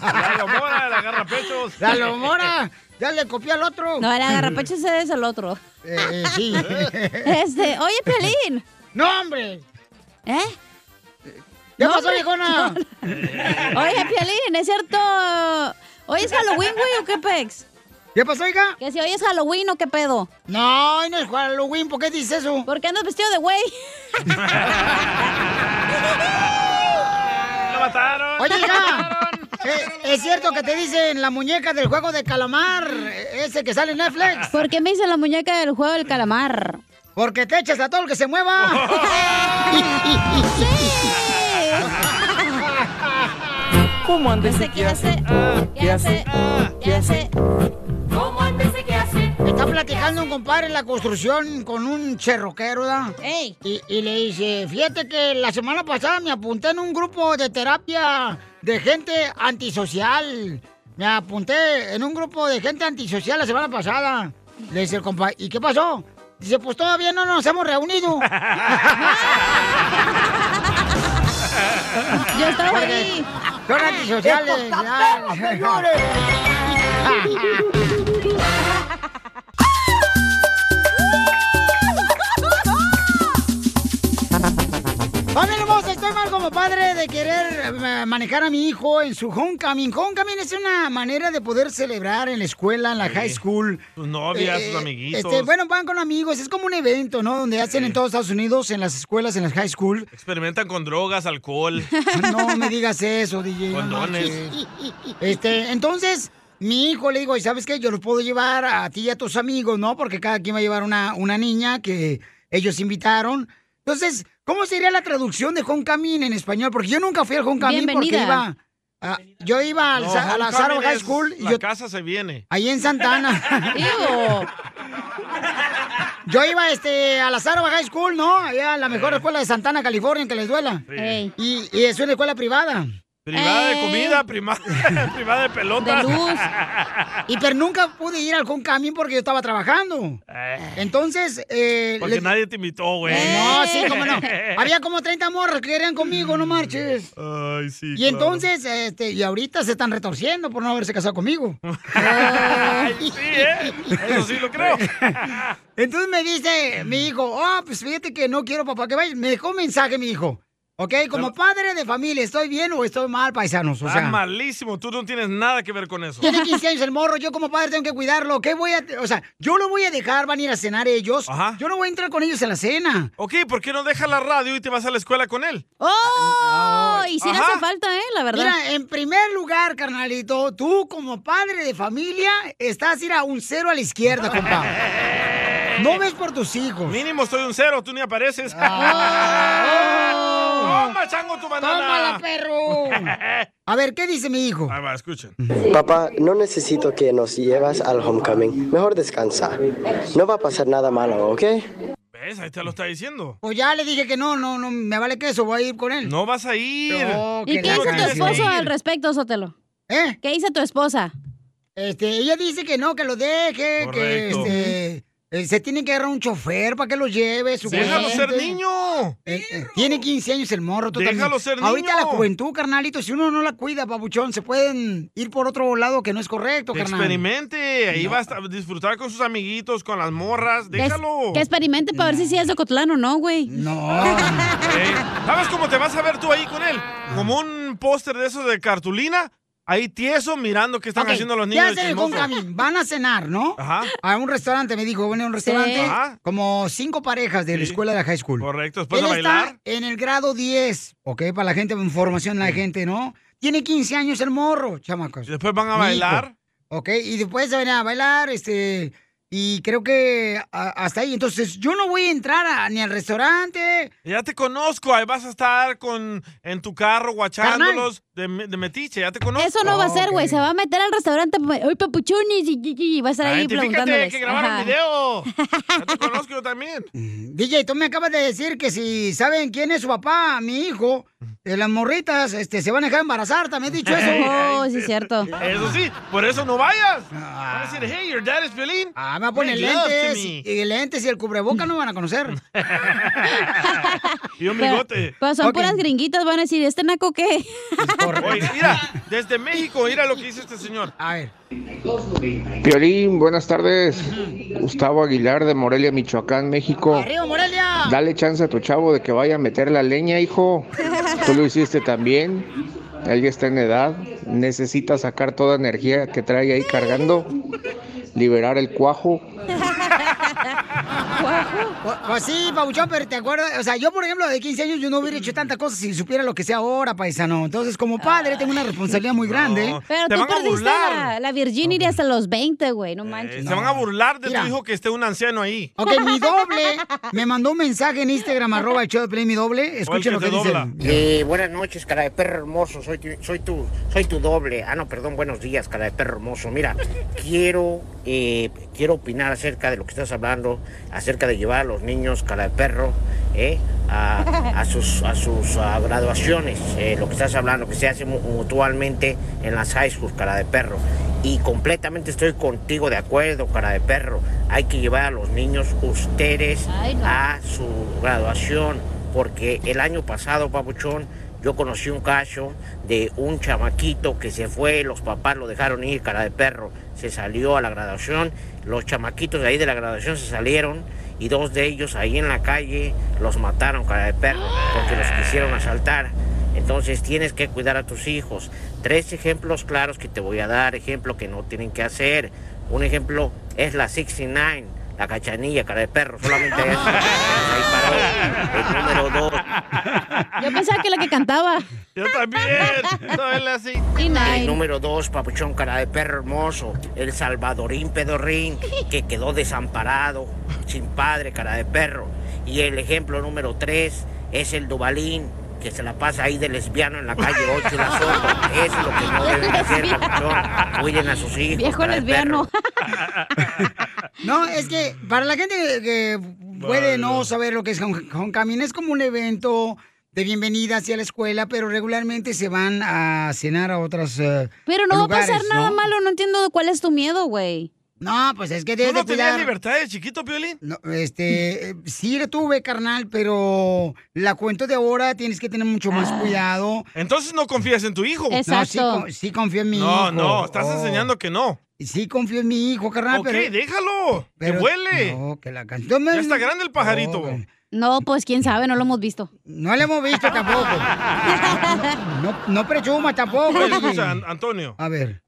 Lalo Mora, la agarra pechos.
Lalo Mora, Ah, ya le copió al otro.
No, el agarrapecho ese es el otro.
Eh, eh, sí.
Este, oye, Pelín.
¡No, hombre!
¿Eh?
¿Qué
No,
pasó,
hombre,
viejona?
no, no. Oye, Piolín, ¿es cierto? ¿Hoy es Halloween, güey, o qué pex?
¿Qué pasó, hija?
Que si hoy es Halloween o qué pedo.
No, hoy no es Halloween, ¿por qué dices eso?
Porque andas vestido de güey.
¡Lo mataron!
Oye, hija, eh, ¿es cierto que te dicen la muñeca del juego de calamar, eh, ese que sale en Netflix?
¿Por qué me hice la muñeca del juego del calamar?
Porque te echas a todo el que se mueva.
¿Cómo andes y qué hace?
ah,
¿Qué hace? Ah, ¿Qué hace?
¿Cómo antes de qué hace? Está platicando un compadre en la construcción con un cherroquero, ¿verdad? Y, y le dice, fíjate que la semana pasada me apunté en un grupo de terapia de gente antisocial. Me apunté en un grupo de gente antisocial la semana pasada. Le dice el compadre, ¿y qué pasó? Dice, pues todavía no nos hemos reunido.
Yo estaba
Porque
ahí.
Son antisociales.
¡Esto está
ya.
perro, señores!
Familia hermosa, estoy mal como padre de querer eh, manejar a mi hijo en su homecoming. Homecoming es una manera de poder celebrar en la escuela, en la high school.
Tus novias,
Eh,
tus amiguitos.
este, bueno, van con amigos, es como un evento, ¿no? Donde hacen en todos Estados Unidos, en las escuelas, en las high school.
Experimentan con drogas, alcohol,
No me digas eso, DJ. no
condones.
manches. Este, entonces, mi hijo le digo, ¿y sabes qué? Yo los puedo llevar a ti y a tus amigos, ¿no? Porque cada quien va a llevar una, una niña que ellos invitaron. Entonces, ¿cómo sería la traducción de Homecoming en español? Porque yo nunca fui al Homecoming porque iba...
Bienvenida.
a- yo iba al,
No,
Sa- a la
homecoming
Saro High
es-
School y
La
yo
casa se viene.
Ahí en Santana.
Ew.
Yo iba este, a la Sarva High School, ¿no? Allá a la mejor escuela de Santana, California, que les duela.
Ey.
Y, y es una escuela privada.
Privada
Eh.
de comida, prima- privada de pelotas.
De luz. Y pero nunca pude ir al Homecoming porque yo estaba trabajando. Entonces, eh,
Porque
le- Eh.
nadie te invitó, güey.
no, sí, cómo no. Había como 30 morras que querían conmigo, no marches.
Ay, sí.
Y
claro.
entonces, este, y ahorita se están retorciendo por no haberse casado conmigo.
Ay, sí, ¿eh? Eso sí lo creo.
Entonces me dice mi hijo, ah, pues fíjate que no quiero papá que vaya. Me dejó un mensaje mi hijo. Ok, como padre de familia, ¿estoy bien o estoy mal, paisanos? O
Está
sea,
malísimo. Tú no tienes nada que ver con eso.
tiene 15 años el morro, yo como padre tengo que cuidarlo. ¿Qué voy a...? O sea, yo lo voy a dejar, van a ir a cenar ellos. Yo no voy a entrar con ellos a la cena.
Ok, ¿por qué no dejas la radio y te vas a la escuela con él?
¡Oh! Y sí no
Ajá.
hace falta, ¿eh? La verdad.
Mira, en primer lugar, carnalito, tú como padre de familia estás ir a un cero a la izquierda, compa. No ves por tus hijos.
Mínimo estoy un cero, tú ni apareces.
Ah.
Oh.
Oh.
¡Toma, chango, tu banana!
¡Tómala, perro! A ver, ¿qué dice mi hijo?
Ahí va, escuchen.
Papá, no necesito que nos llevas al homecoming. Mejor descansa. No va a pasar nada malo, ¿ok?
¿Ves? Ahí te lo está diciendo.
Pues ya le dije que no, no, no, me vale queso, voy a ir con él.
No vas a ir.
No,
¿Y
que
qué
la
hizo tu
canción.
esposo al respecto, Sotelo?
¿Eh? ¿Eh?
¿Qué dice tu esposa?
Este, ella dice que no, que lo deje, que
Correcto.
este, eh, se tiene que agarrar un chofer para que lo lleve.
Déjalo
supuestamente.
ser niño.
Eh, eh, tiene 15 años el morro, tú
Déjalo
también.
ser
Ahorita la
niño.
juventud, carnalito, si uno no la cuida, papuchón, se pueden ir por otro lado que no es correcto, carnal.
Experimente, ahí
No.
va a estar- disfrutar con sus amiguitos, con las morras,
Que es-
déjalo.
Que experimente para ver si sí es de Cotlán o no, güey.
No.
Eh, ¿Sabes cómo te vas a ver tú ahí con él? Como un póster de esos de cartulina, ahí tieso mirando qué están
Ok,
haciendo los niños.
Ya se
de
dejó un
chismoso.
camino. Van a cenar, ¿no?
Ajá.
A un restaurante, me dijo, bueno, a un restaurante.
Ajá.
Como cinco parejas de la escuela de la high school.
Correcto, después
Él
a bailar.
está en el grado 10, ¿ok? Para la gente, información a la gente, ¿no? Tiene 15 años el morro, chamacos.
después van a
Mi
bailar.
Ok, y después se van a bailar, este... Y creo que a- hasta ahí. Entonces, yo no voy a entrar a- ni al restaurante.
Ya te conozco, ahí vas a estar con en tu carro guachándolos de, me- de metiche, ya te conozco.
Eso no va a ser, güey. Se va a meter al restaurante. Hoy papuchunis y, y- y va a estar ahí
Ah, Identifícate,
preguntándoles.
que grabaron
Ajá.
video. Ya te conozco yo también.
DJ, tú me acabas de decir que si saben quién es su papá, mi hijo, de las morritas, este, se van a dejar embarazar, también he dicho eso.
Oh, sí, es cierto.
Eso sí, por eso no vayas. Van a decir, hey, your dad is Piolín.
Ah, me Pone lentes, y lentes y el cubreboca no van a conocer.
Y un bigote.
Pero son
Ok.
puras gringuitas, van a decir, ¿este naco qué?
Oye, mira, desde México, mira lo que dice este señor.
A ver.
Piolín, buenas tardes. Gustavo Aguilar de Morelia, Michoacán, México.
¡Arriba, Morelia!
Dale chance a tu chavo de que vaya a meter la leña, hijo. Tú lo hiciste también. Él ya está en edad. Necesita sacar toda energía que trae ahí cargando. Liberar el cuajo.
Pues- Pues sí, Pabuchón, pero te acuerdas, o sea, yo por ejemplo de 15 años yo no hubiera hecho tantas cosas si supiera lo que sea ahora, paisano. Entonces, como padre, tengo una responsabilidad muy grande.
Pero tú perdiste la, la virginity hasta los 20, güey, no manches.
Eh, Se van a burlar de
Mira.
tu hijo que esté un anciano ahí.
Ok, mi doble me mandó un mensaje en Instagram, arroba el show de Play, mi doble. Escuchen lo que dice.
Eh, buenas noches, cara de perro hermoso. Soy tu, soy tu, soy tu doble. Ah, no, perdón, buenos días, cara de perro hermoso. Mira, quiero, eh, quiero opinar acerca de lo que estás hablando, acerca de llevar a los niños, cara de perro, eh, a, a sus, a sus ah, graduaciones. eh, lo que estás hablando, que se hace mu- mutualmente en las high schools, cara de perro. Y completamente estoy contigo de acuerdo, cara de perro. Hay que llevar a los niños, ustedes, a su graduación porque el año pasado, Papuchón, yo conocí un caso de un chamaquito que se fue, los papás lo dejaron ir, cara de perro, se salió a la graduación, los chamaquitos de ahí de la graduación se salieron y dos de ellos ahí en la calle los mataron, cara de perro, porque los quisieron asaltar. Entonces tienes que cuidar a tus hijos. Tres ejemplos claros que te voy a dar, ejemplo que no tienen que hacer. Un ejemplo es la 69, la cachanilla, cara de perro, solamente eso. Ahí paró. El número dos.
Yo pensaba que la que cantaba.
Yo también. Soy la
El número dos, papuchón cara de perro hermoso, el salvadorín pedorrín, que quedó desamparado, sin padre, cara de perro. Y el ejemplo número tres es el Dubalín, que se la pasa ahí de lesbiano en la calle 8 de la sombra. Eso es lo que no deben de hacer, papuchón. Cuiden a sus hijos.
Viejo
cara de
lesbiano.
No, es que para la gente que- que puede no saber lo que es Hon- Homecoming, es como un evento de bienvenida hacia la escuela, pero regularmente se van a cenar a otras. eh,
Pero no
lugares,
va a pasar nada
¿no?
malo, no entiendo cuál es tu miedo, güey.
No, pues es que
¿Tú
debes
no
de
tenías
cuidar-
libertad de chiquito, Piolín?
No, este, eh, sí lo tuve, carnal, pero la cuento de ahora tienes que tener mucho más cuidado.
Entonces no confías en tu hijo.
Ah. No, sí, con- sí, confío en mi
No,
hijo. Oh.
no, estás enseñando que no.
Sí confío en mi hijo, carnal,
Ok,
pero...
déjalo, que
pero-
huele.
No, que la can- Oh,
Ya está grande el pajarito.
No, pues quién sabe, no lo hemos visto.
No lo hemos visto tampoco. No, no prechuma tampoco.
Oye,
DJ.
pues, escucha, An- Antonio.
A ver.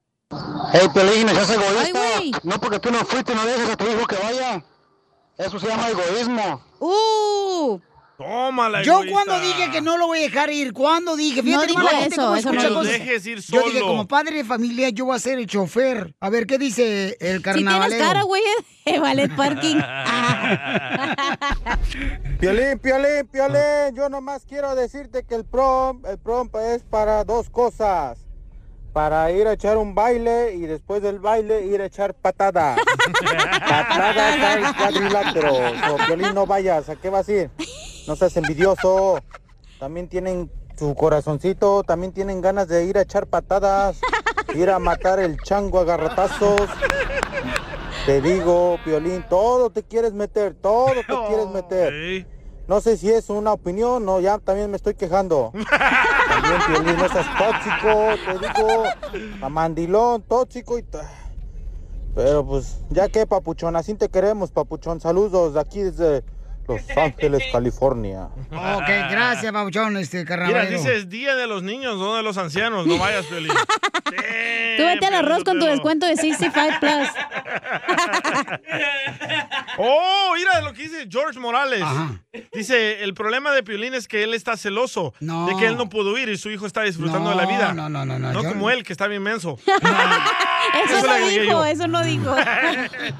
Hey, Pelín, seas egoísta. no porque tú no fuiste, no dejes a tu hijo que vaya. Eso se llama egoísmo.
¡Uh!
Tómala,
Yo
egoísta.
cuando dije que no lo voy a dejar ir, cuando dije,
No
fíjate
dijo
nomás la gente
eso,
cómo
eso no
escucha
lo
cosas.
dijo. Dejes ir
Yo dije,
solo.
como padre de familia, yo voy a ser el chofer. A ver, ¿qué dice el
Si
carnavalero?
tienes cara, güey, de ballet parking.
Piolín, Piolín, Piolín, yo nomás quiero decirte que el prom, el prom es para dos cosas. Para ir a echar un baile y después del baile ir a echar patada. patada está el cuadrilátero. So, Piolín, no vayas, ¿a qué vas a ir? No seas envidioso. También tienen su corazoncito, también tienen ganas de ir a echar patadas. ir a matar el chango a garratazos. Te digo, Piolín, todo te quieres meter, todo te quieres meter. No sé si es una opinión, no, ya también me estoy quejando. También, Piolín, no seas tóxico, te digo, a mandilón, tóxico y... ta- Pero pues, ya que, papuchón, así te queremos, papuchón. Saludos de aquí desde Los Ángeles, California.
Ok, gracias, Pabuchón, este
Mira,
carnavalero.
dice es día de los niños, no de los ancianos. No vayas, Piolín.
Tú
Eh,
vete al arroz con tu descuento de 65 Plus.
Oh, mira lo que dice George Morales. Dice, el problema de Piolín es que él está celoso
No.
de que él no pudo ir y su hijo está
No,
disfrutando de la vida.
no, no, no, no,
No,
yo-
como él, que está bien menso.
Eso,
Eso le
no
agregué
dijo,
yo.
eso no dijo.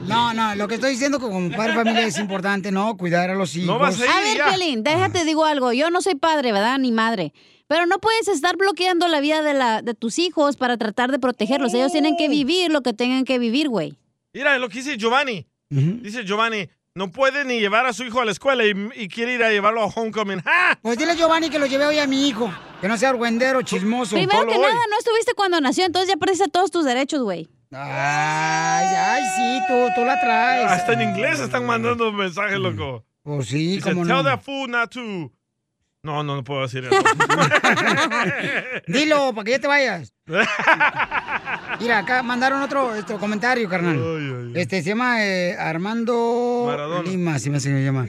No, no, lo que estoy diciendo que como padre de familia es importante, ¿no? Cuidar a los hijos.
A ver, Piolín, déjate, digo algo. Yo no soy padre, ¿verdad? Ni madre. Pero no puedes estar bloqueando la vida de, la, de tus hijos para tratar de protegerlos. Ellos tienen que vivir lo que tengan que vivir, güey.
Mira lo que dice Giovanni. Dice Giovanni, no puede ni llevar a su hijo a la escuela y, y quiere ir a llevarlo a homecoming. ¡Ah!
Pues dile a Giovanni que lo lleve hoy a mi hijo. Que no sea argüendero, chismoso.
Primero que nada, no estuviste cuando nació, entonces ya perdiste todos tus derechos, güey.
Ay, ay, sí, tú, tú la traes.
Hasta Ah, en inglés están mandando mensajes, loco.
Pues sí,
Dice,
cómo
tell
no.
that fool not to... No, no, no puedo decir eso.
Dilo, para que ya te vayas. Mira, acá mandaron otro este, comentario, carnal. Este se llama eh, Armando
Maradona.
Lima, se me hace que se llama.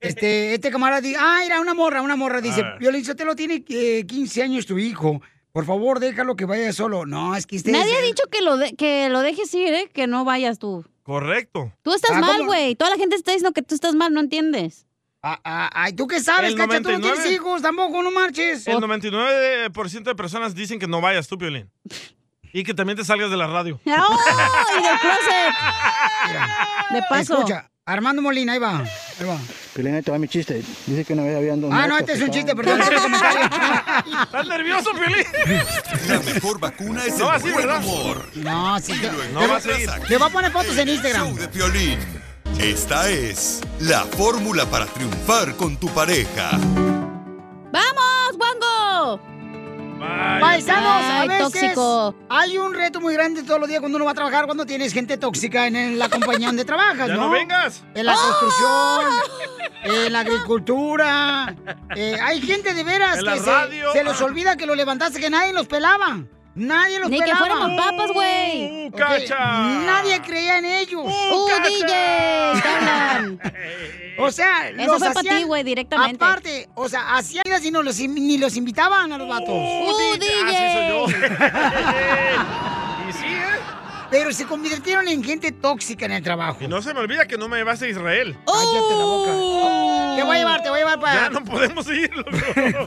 Este, este camarada dice, ah, era una morra, una morra. Dice,
Ah.
ver.
Violín, te lo tiene eh, 15 años tu hijo. Por favor, déjalo que vaya solo. No, es que usted...
Nadie ha dicho que lo, de- que lo dejes ir, ¿eh? Que no vayas tú.
Correcto.
Tú estás
Ah,
mal,
¿cómo? Ah,
güey. Toda la gente está diciendo que tú estás mal, no entiendes.
ay, ¿tú qué sabes,
El
Cacha? Tú no
99.
tienes hijos, tampoco, no marches.
El 99% de personas dicen que no vayas tú, Piolín. Y que también te salgas de la radio.
¡Oh! Y del closet. De paso.
Escucha, Armando Molina, ahí va. Ahí va.
Piolín, ahí te va mi chiste. Dice que una vez habían dos
Ah, no,
moscas
este es
que
un chiste,
estaban-
perdón, este comentario.
¿Estás nervioso, Piolín?
La mejor vacuna es
No va a
el
ser,
buen
¿verdad?
humor.
No, sí.
No
le-
va a seguir.
Le voy a poner fotos en Instagram.
de Piolín. Esta es la fórmula para triunfar con tu pareja.
¡Vamos, Wango!
Paisanos, a
Ay,
veces
tóxico.
hay un reto muy grande todos los días cuando uno va a trabajar, cuando tienes gente tóxica en, en la compañía donde trabajas,
Ya
¿no?
no vengas.
En la
¡Ah!
construcción, en la agricultura. eh, hay gente de veras
En la
que se,
radio.
se les olvida que lo levantaste, que nadie los pelaba. Nadie los
Ni que
pelaba.
fuéramos papas, güey.
Uh,
Ok,
cacha.
Nadie creía en ellos.
¡Uh, cacha. DJ, te hablan.
O sea,
Eso
los
fue pa' ti,
hacían-
güey, directamente.
Aparte, o sea, hacían así no los in- ni los invitaban a los vatos.
¡Uh, DJ!
Así soy
y sí, ¿eh? Pero se convirtieron en gente tóxica en el trabajo.
Y no se me olvida que no me llevaste a Israel.
Cállate la
Uh.
boca. Te voy a llevar, te voy a llevar para.
Ya no podemos ir, loco.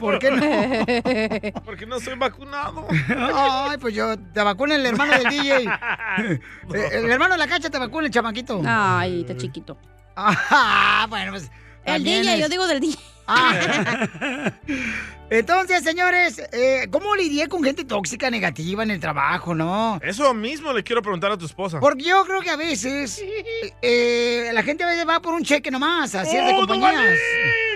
¿Por qué no?
Porque no soy vacunado.
Ay, pues yo te vacuno el hermano del DJ. Eh, El hermano de la cacha te vacuna el chamaquito.
Ay, está chiquito.
Ah, bueno, pues.
El
también
DJ,
es-
yo digo del DJ.
Entonces, señores, eh, ¿cómo lidié con gente tóxica negativa en el trabajo, no?
Eso mismo le quiero preguntar a tu esposa.
Porque yo creo que a veces eh, eh, la gente a veces va por un cheque nomás a ciertas
¡Oh,
compañías.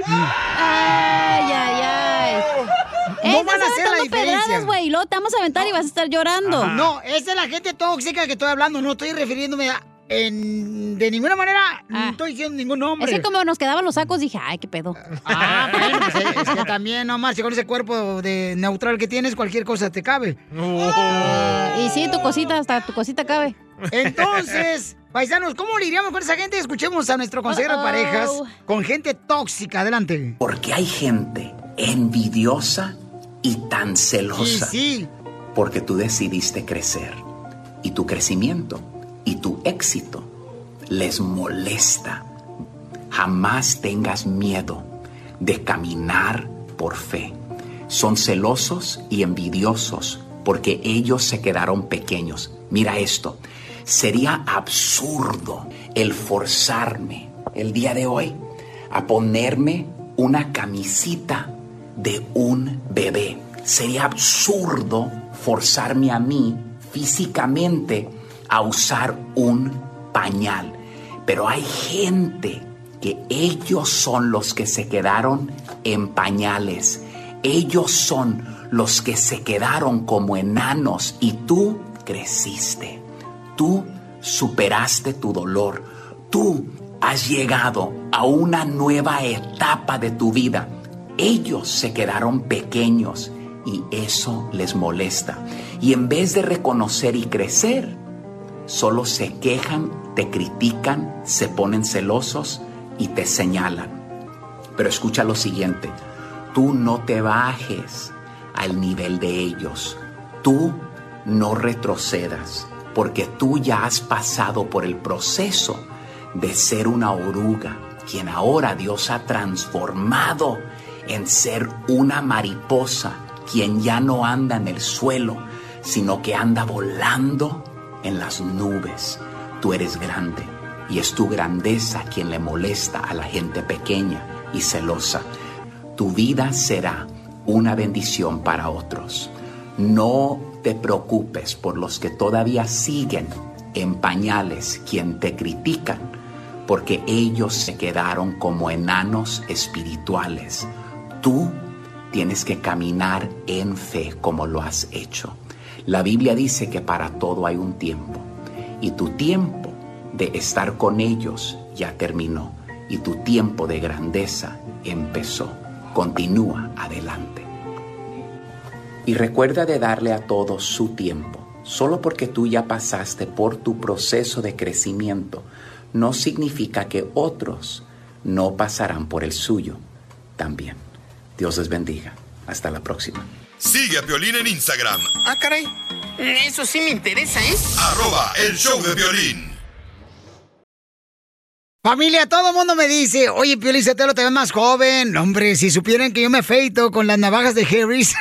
Ah.
Ay, ay, ay.
No
Ey,
van a
estás
hacer la
aventando
diferencia.
pedradas, güey. y Luego te vamos a aventar y vas a estar llorando.
No, esa es la gente tóxica que estoy hablando. No estoy refiriéndome a- en- de ninguna manera, no estoy diciendo ningún nombre.
Es que Ah. como nos quedaban los sacos, dije, ay, qué pedo.
Ah, bueno, pues, eh, es que también, no marches con ese cuerpo de neutral que tienes, cualquier cosa te cabe. Ah.
Y sí, tu cosita, hasta tu cosita cabe.
Entonces, paisanos, ¿cómo lidiamos con esa gente? Escuchemos a nuestro consejero de
Uh-oh.
parejas con gente tóxica. Adelante.
Porque hay gente envidiosa y tan celosa. Porque tú decidiste crecer. Y tu crecimiento y tu éxito les molesta. Jamás tengas miedo de caminar por fe. Son celosos y envidiosos porque ellos se quedaron pequeños. Mira esto. Sería absurdo el forzarme el día de hoy a ponerme una camisita de un bebé. Sería absurdo forzarme a mí físicamente a usar un pañal. Pero hay gente que ellos son los que se quedaron en pañales. Ellos son los que se quedaron como enanos y tú creciste. Tú superaste tu dolor. Tú has llegado a una nueva etapa de tu vida. Ellos se quedaron pequeños y eso les molesta. Y en vez de reconocer y crecer, solo se quejan, te critican, se ponen celosos y te señalan. Pero escucha lo siguiente, tú no te bajes al nivel de ellos, tú no retrocedas, porque tú ya has pasado por el proceso de ser una oruga, quien ahora Dios ha transformado en ser una mariposa, quien ya no anda en el suelo, sino que anda volando en las nubes. Tú eres grande y es tu grandeza quien le molesta a la gente pequeña y celosa. Tu vida será una bendición para otros. No te preocupes por los que todavía siguen en pañales quien te critican, porque ellos se quedaron como enanos espirituales. Tú tienes que caminar en fe como lo has hecho. La Biblia dice que para todo hay un tiempo y tu tiempo de estar con ellos ya terminó y tu tiempo de grandeza empezó. Continúa adelante. Y recuerda de darle a todos su tiempo. Solo porque tú ya pasaste por tu proceso de crecimiento, no significa que otros no pasarán por el suyo también. Dios les bendiga. Hasta la próxima.
Sigue a Violín en Instagram,
Ah, caray. Eso sí me interesa, ¿eh?
arroba el show de violín.
Familia, todo el mundo me dice, oye, Piolín Sotelo, te ves más joven. No, Hombre, si supieran que yo me afeito con las navajas de Harris,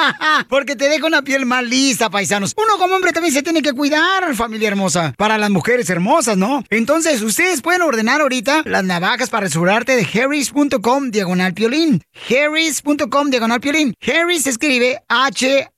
porque te dejo una piel más lisa, paisanos. Uno como hombre también se tiene que cuidar, familia hermosa, para las mujeres hermosas, ¿no? Entonces, ustedes pueden ordenar ahorita las navajas para asegurarte de harris.com diagonal piolín. harris.com diagonal piolín. Harris se escribe H-A-R-R-Y.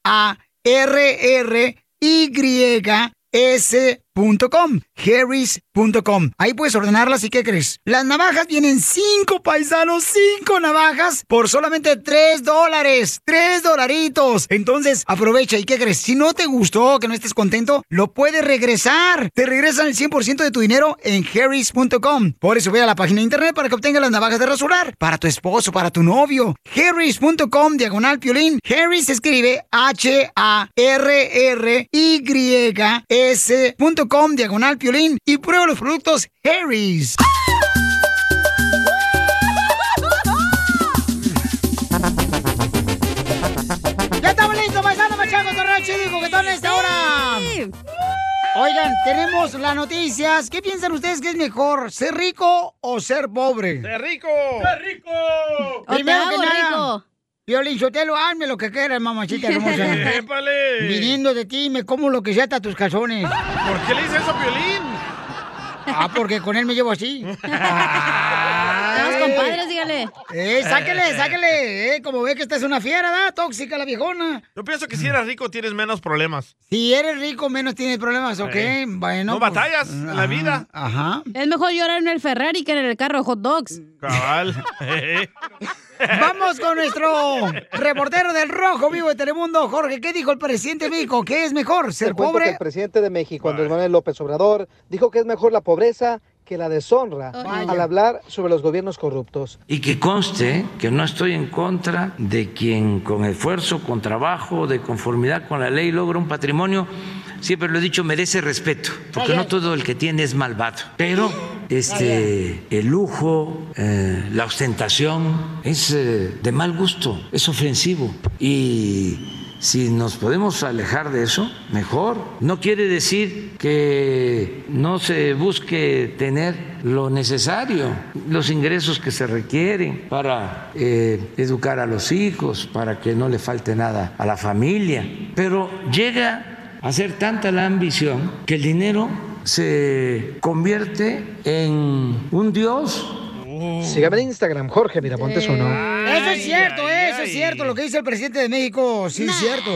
S.com, Harris.com. Ahí puedes ordenarlas y qué crees. Las navajas vienen cinco paisanos, cinco navajas por solamente tres dólares, tres dolaritos. Entonces aprovecha y qué crees. Si no te gustó, que no estés contento, lo puedes regresar. Te regresan el 100% de tu dinero en Harris.com. Por eso ve a la página de internet para que obtengas las navajas de rasurar para tu esposo, para tu novio. Harris.com, diagonal piolín. Harris se escribe H-A-R-R-Y-S.com, diagonal piolín. Y prueba los productos Harris. ¡Ya estamos listos, paisano machaco, torreo chidico, que están en esta hora! Oigan, tenemos las noticias. ¿Qué piensan ustedes que es mejor, ser rico o ser pobre?
¡Qué rico! Oh,
rico! Primero que nada, Violín Sotelo, hazme lo que quieras, mamachita hermosa.
¡Épale!
Viniendo de ti, me como lo que sea hasta tus calzones.
¿Por qué le dices eso a Piolín?
Ah, porque con él me llevo así.
Estamos compadres, dígale.
Eh, sáquele, sáquele. Eh, como ve que esta es una fiera, ¿da? Tóxica la viejona.
Yo pienso que si eres rico tienes menos problemas.
Si eres rico, menos tienes problemas, ¿ok?
Eh,
Bueno.
no
pues,
batallas en la
ajá,
vida.
Ajá.
Es mejor llorar en el Ferrari que en el carro de hot dogs.
Cabal. Eh.
Vamos con nuestro reportero del Rojo Vivo de Telemundo, Jorge. ¿Qué dijo el presidente de México? ¿Qué es mejor,
Te
ser
cuento que
pobre?
el presidente de México, Andrés Manuel López Obrador, dijo que es mejor la pobreza que la deshonra
Vaya.
al hablar sobre los gobiernos corruptos.
Y que conste que no estoy en contra de quien con esfuerzo, con trabajo, de conformidad con la ley logra un patrimonio, siempre lo he dicho, merece respeto, porque no todo el que tiene es malvado. Pero este, el lujo, eh, la ostentación es eh, de mal gusto, es ofensivo. Y si nos podemos alejar de eso, mejor. No quiere decir que no se busque tener lo necesario, los ingresos que se requieren para eh, educar a los hijos, para que no le falte nada a la familia. Pero llega a ser tanta la ambición que el dinero se convierte en un dios.
Sígame en Instagram, Jorge Miramontes o no.
Eso es cierto, eso es cierto, lo que dice el presidente de México, sí es cierto.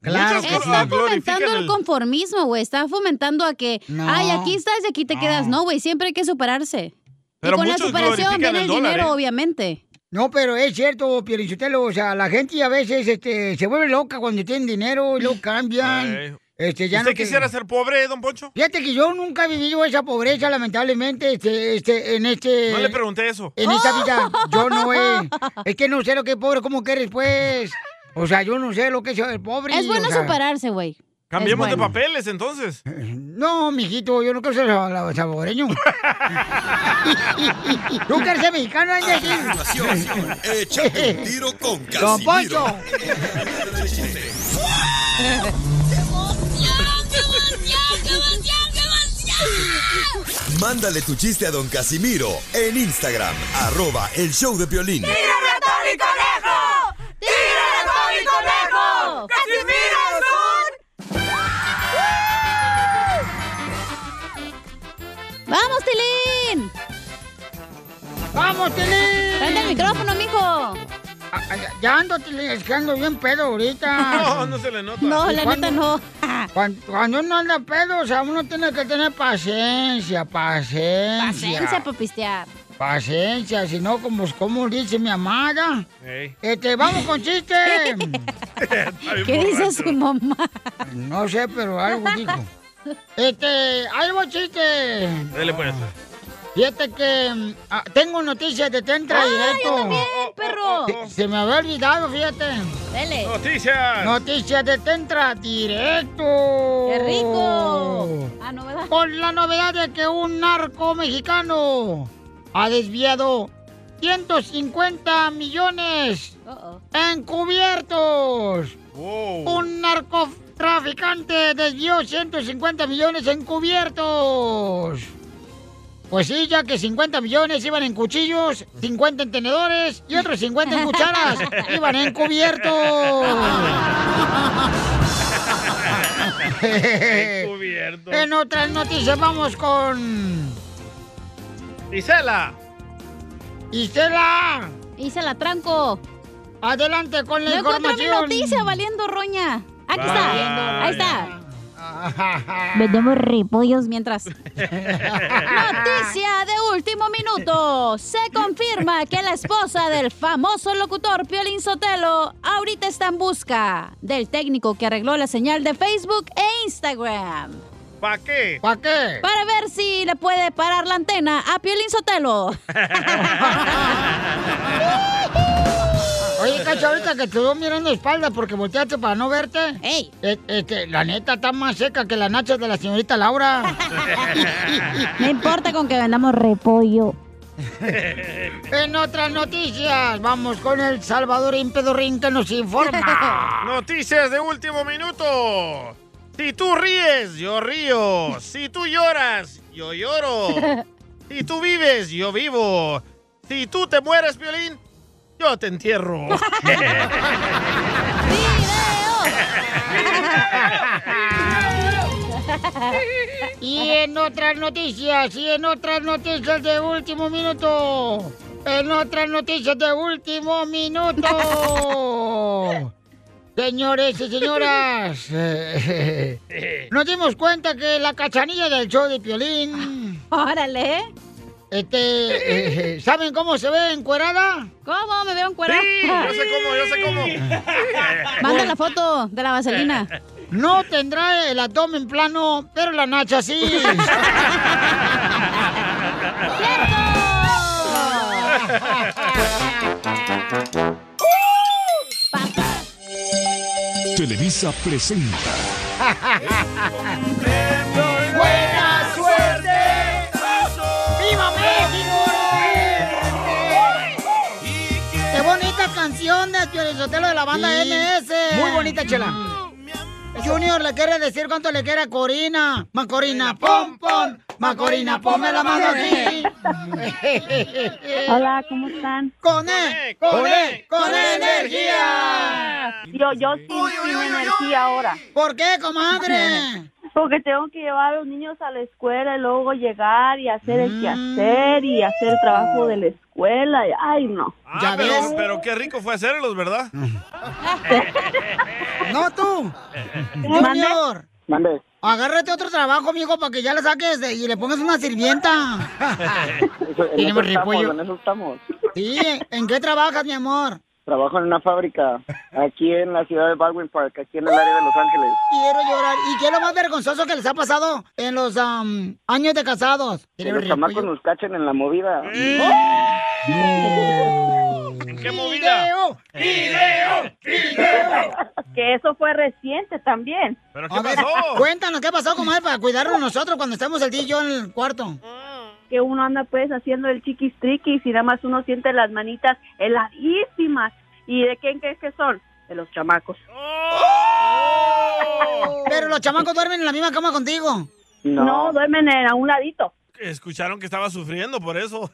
Claro que sí.
Está fomentando el conformismo, güey. Está fomentando a que, ay, aquí estás y aquí te quedas. No, güey, siempre hay que superarse.
Pero
y con la
muchos
superación
glorifican
viene
el
el
dólar,
dinero,
¿eh?
obviamente.
No, pero es cierto, Pielichotelo, o sea, la gente a veces este, se vuelve loca cuando tienen dinero y luego cambian. Este, ya
¿Usted
no te-
quisiera ser pobre, don Poncho?
Fíjate que yo nunca he vivido esa pobreza, lamentablemente, este, este, en este...
No le pregunté eso.
En esta vida, yo no he... Es que no sé lo que es pobre, ¿cómo que eres, pues? O sea, yo no sé lo que es el pobre.
Es bueno
o sea.
superarse, güey.
Cambiemos
Es
de
bueno.
papeles entonces.
No, mijito, yo no quiero ser la- la- salvadoreño. Tú quieres ser mexicano, ¿eh?
continuación, échate un tiro con
Don
Casimiro.
Poncho.
Mándale tu chiste a don Casimiro en Instagram, arroba el show de violín.
ratón y conejo! ¡Tira ratón y conejo! ¡Casimiro es
¡Vamos, Tilín!
¡Vamos, Tilín!
Prende el micrófono, mijo.
Ya ando, Tilín, es que ando bien pedo ahorita.
No, no se le nota.
no. Cuando, cuando uno anda pedo, o sea, uno tiene que tener paciencia, paciencia.
Paciencia para pistear.
Paciencia, si no, como, como dice mi amada.
Ey.
Este, vamos con chiste.
¿Qué dice
su mamá? No sé, pero algo dijo. Este, algo chiste.
Dele pues.
Fíjate que mm, ah, tengo noticias de Tentra
Ah, yo
Directo.
también,
perro! Se, se me había olvidado, fíjate.
Noticias.
Noticias de Tentra Directo. ¡Qué
rico! Ah, no, ¿verdad?
Con la novedad de que un narco mexicano ha desviado 150 millones encubiertos. Un narcotraficante desvió 150 millones encubiertos. Pues sí, ya que 50 millones iban en cuchillos, 50 en tenedores y otros 50 en cucharas. iban encubiertos.
Cubierto.
En otras noticias vamos con...
Isela.
Isela.
Isela Tranco.
Adelante con la
no encuentro mi
información.
noticia, valiendo roña. Aquí está.
Valiendo
Ahí está.
Vendemos repollos mientras.
Noticia de último minuto. Se confirma que la esposa del famoso locutor Piolín Sotelo ahorita está en busca del técnico que arregló la señal de Facebook e Instagram.
¿Para qué?
¿Para qué?
Para ver si le puede parar la antena a Piolín Sotelo.
Oye, Cacho, ahorita que te veo mirando de espalda porque volteaste para no verte.
¡Ey!
Este, la neta está más seca que las nachas de la señorita Laura.
No importa con que vendamos repollo.
en otras noticias, vamos con El Salvador Impedorrín que nos informa.
Noticias de último minuto. Si tú ríes, yo río. Si tú lloras, yo lloro. Si tú vives, yo vivo. Si tú te mueres, violín, yo te entierro.
Y en otras noticias, y en otras noticias de último minuto. En otras noticias de último minuto. Señores y señoras, eh, nos dimos cuenta que la cachanilla del show de Piolín...
Órale.
Este, eh, ¿saben cómo se ve encuerada?
¿Cómo me veo encuerada?
Sí, yo sé cómo, yo sé
cómo. Manda la foto de la vaselina.
No tendrá el abdomen plano, pero la nacha sí.
Televisa presenta
¡Buena suerte!
¡Viva México! ¡Qué bonita canción de Piorizotelo de la banda
Sí.
MS!
Muy
bonita, Chela. Junior le quiere decir cuánto le quiere a Corina. Macorina, pom, pom. Macorina, ponme la mano aquí.
Hola, ¿cómo están?
¡Con E! ¡Con E! ¡Con E energía!
Yo, yo sí tengo energía ahora.
¿Por qué, comadre?
Porque tengo que llevar a los niños a la escuela y luego llegar y hacer el quehacer y hacer el trabajo de la escuela. Y- Ay, no.
Ah, pero, pero qué rico fue hacerlos, ¿verdad?
¡No tú!
E. ¿Mande?
¡Junior!
Mande.
Agárrate otro trabajo, mijo, para que ya le saques de- y le pongas una sirvienta.
en
Tenemos
eso estamos,
repollo.
en eso estamos.
Sí, ¿en qué trabajas, mi amor?
Trabajo en una fábrica.
Aquí en la ciudad de Baldwin Park, aquí en el área de Los Ángeles.
Quiero llorar. ¿Y qué es lo más vergonzoso que les ha pasado en los am, años de casados? ¡Oh,
Que los chamacos nos cachen en la movida.
qué movida?
Que eso fue reciente también.
¿Pero qué pasó? Cuéntanos qué pasó, comadre, para cuidarnos nosotros cuando estamos el día y yo en el cuarto.
Que uno anda pues haciendo el chiquis triquis y nada más uno siente las manitas heladísimas. ¿Y de quién crees que son? De los chamacos.
Pero los chamacos duermen en la misma cama contigo.
No, duermen en- a un ladito.
Escucharon que estaba sufriendo por eso.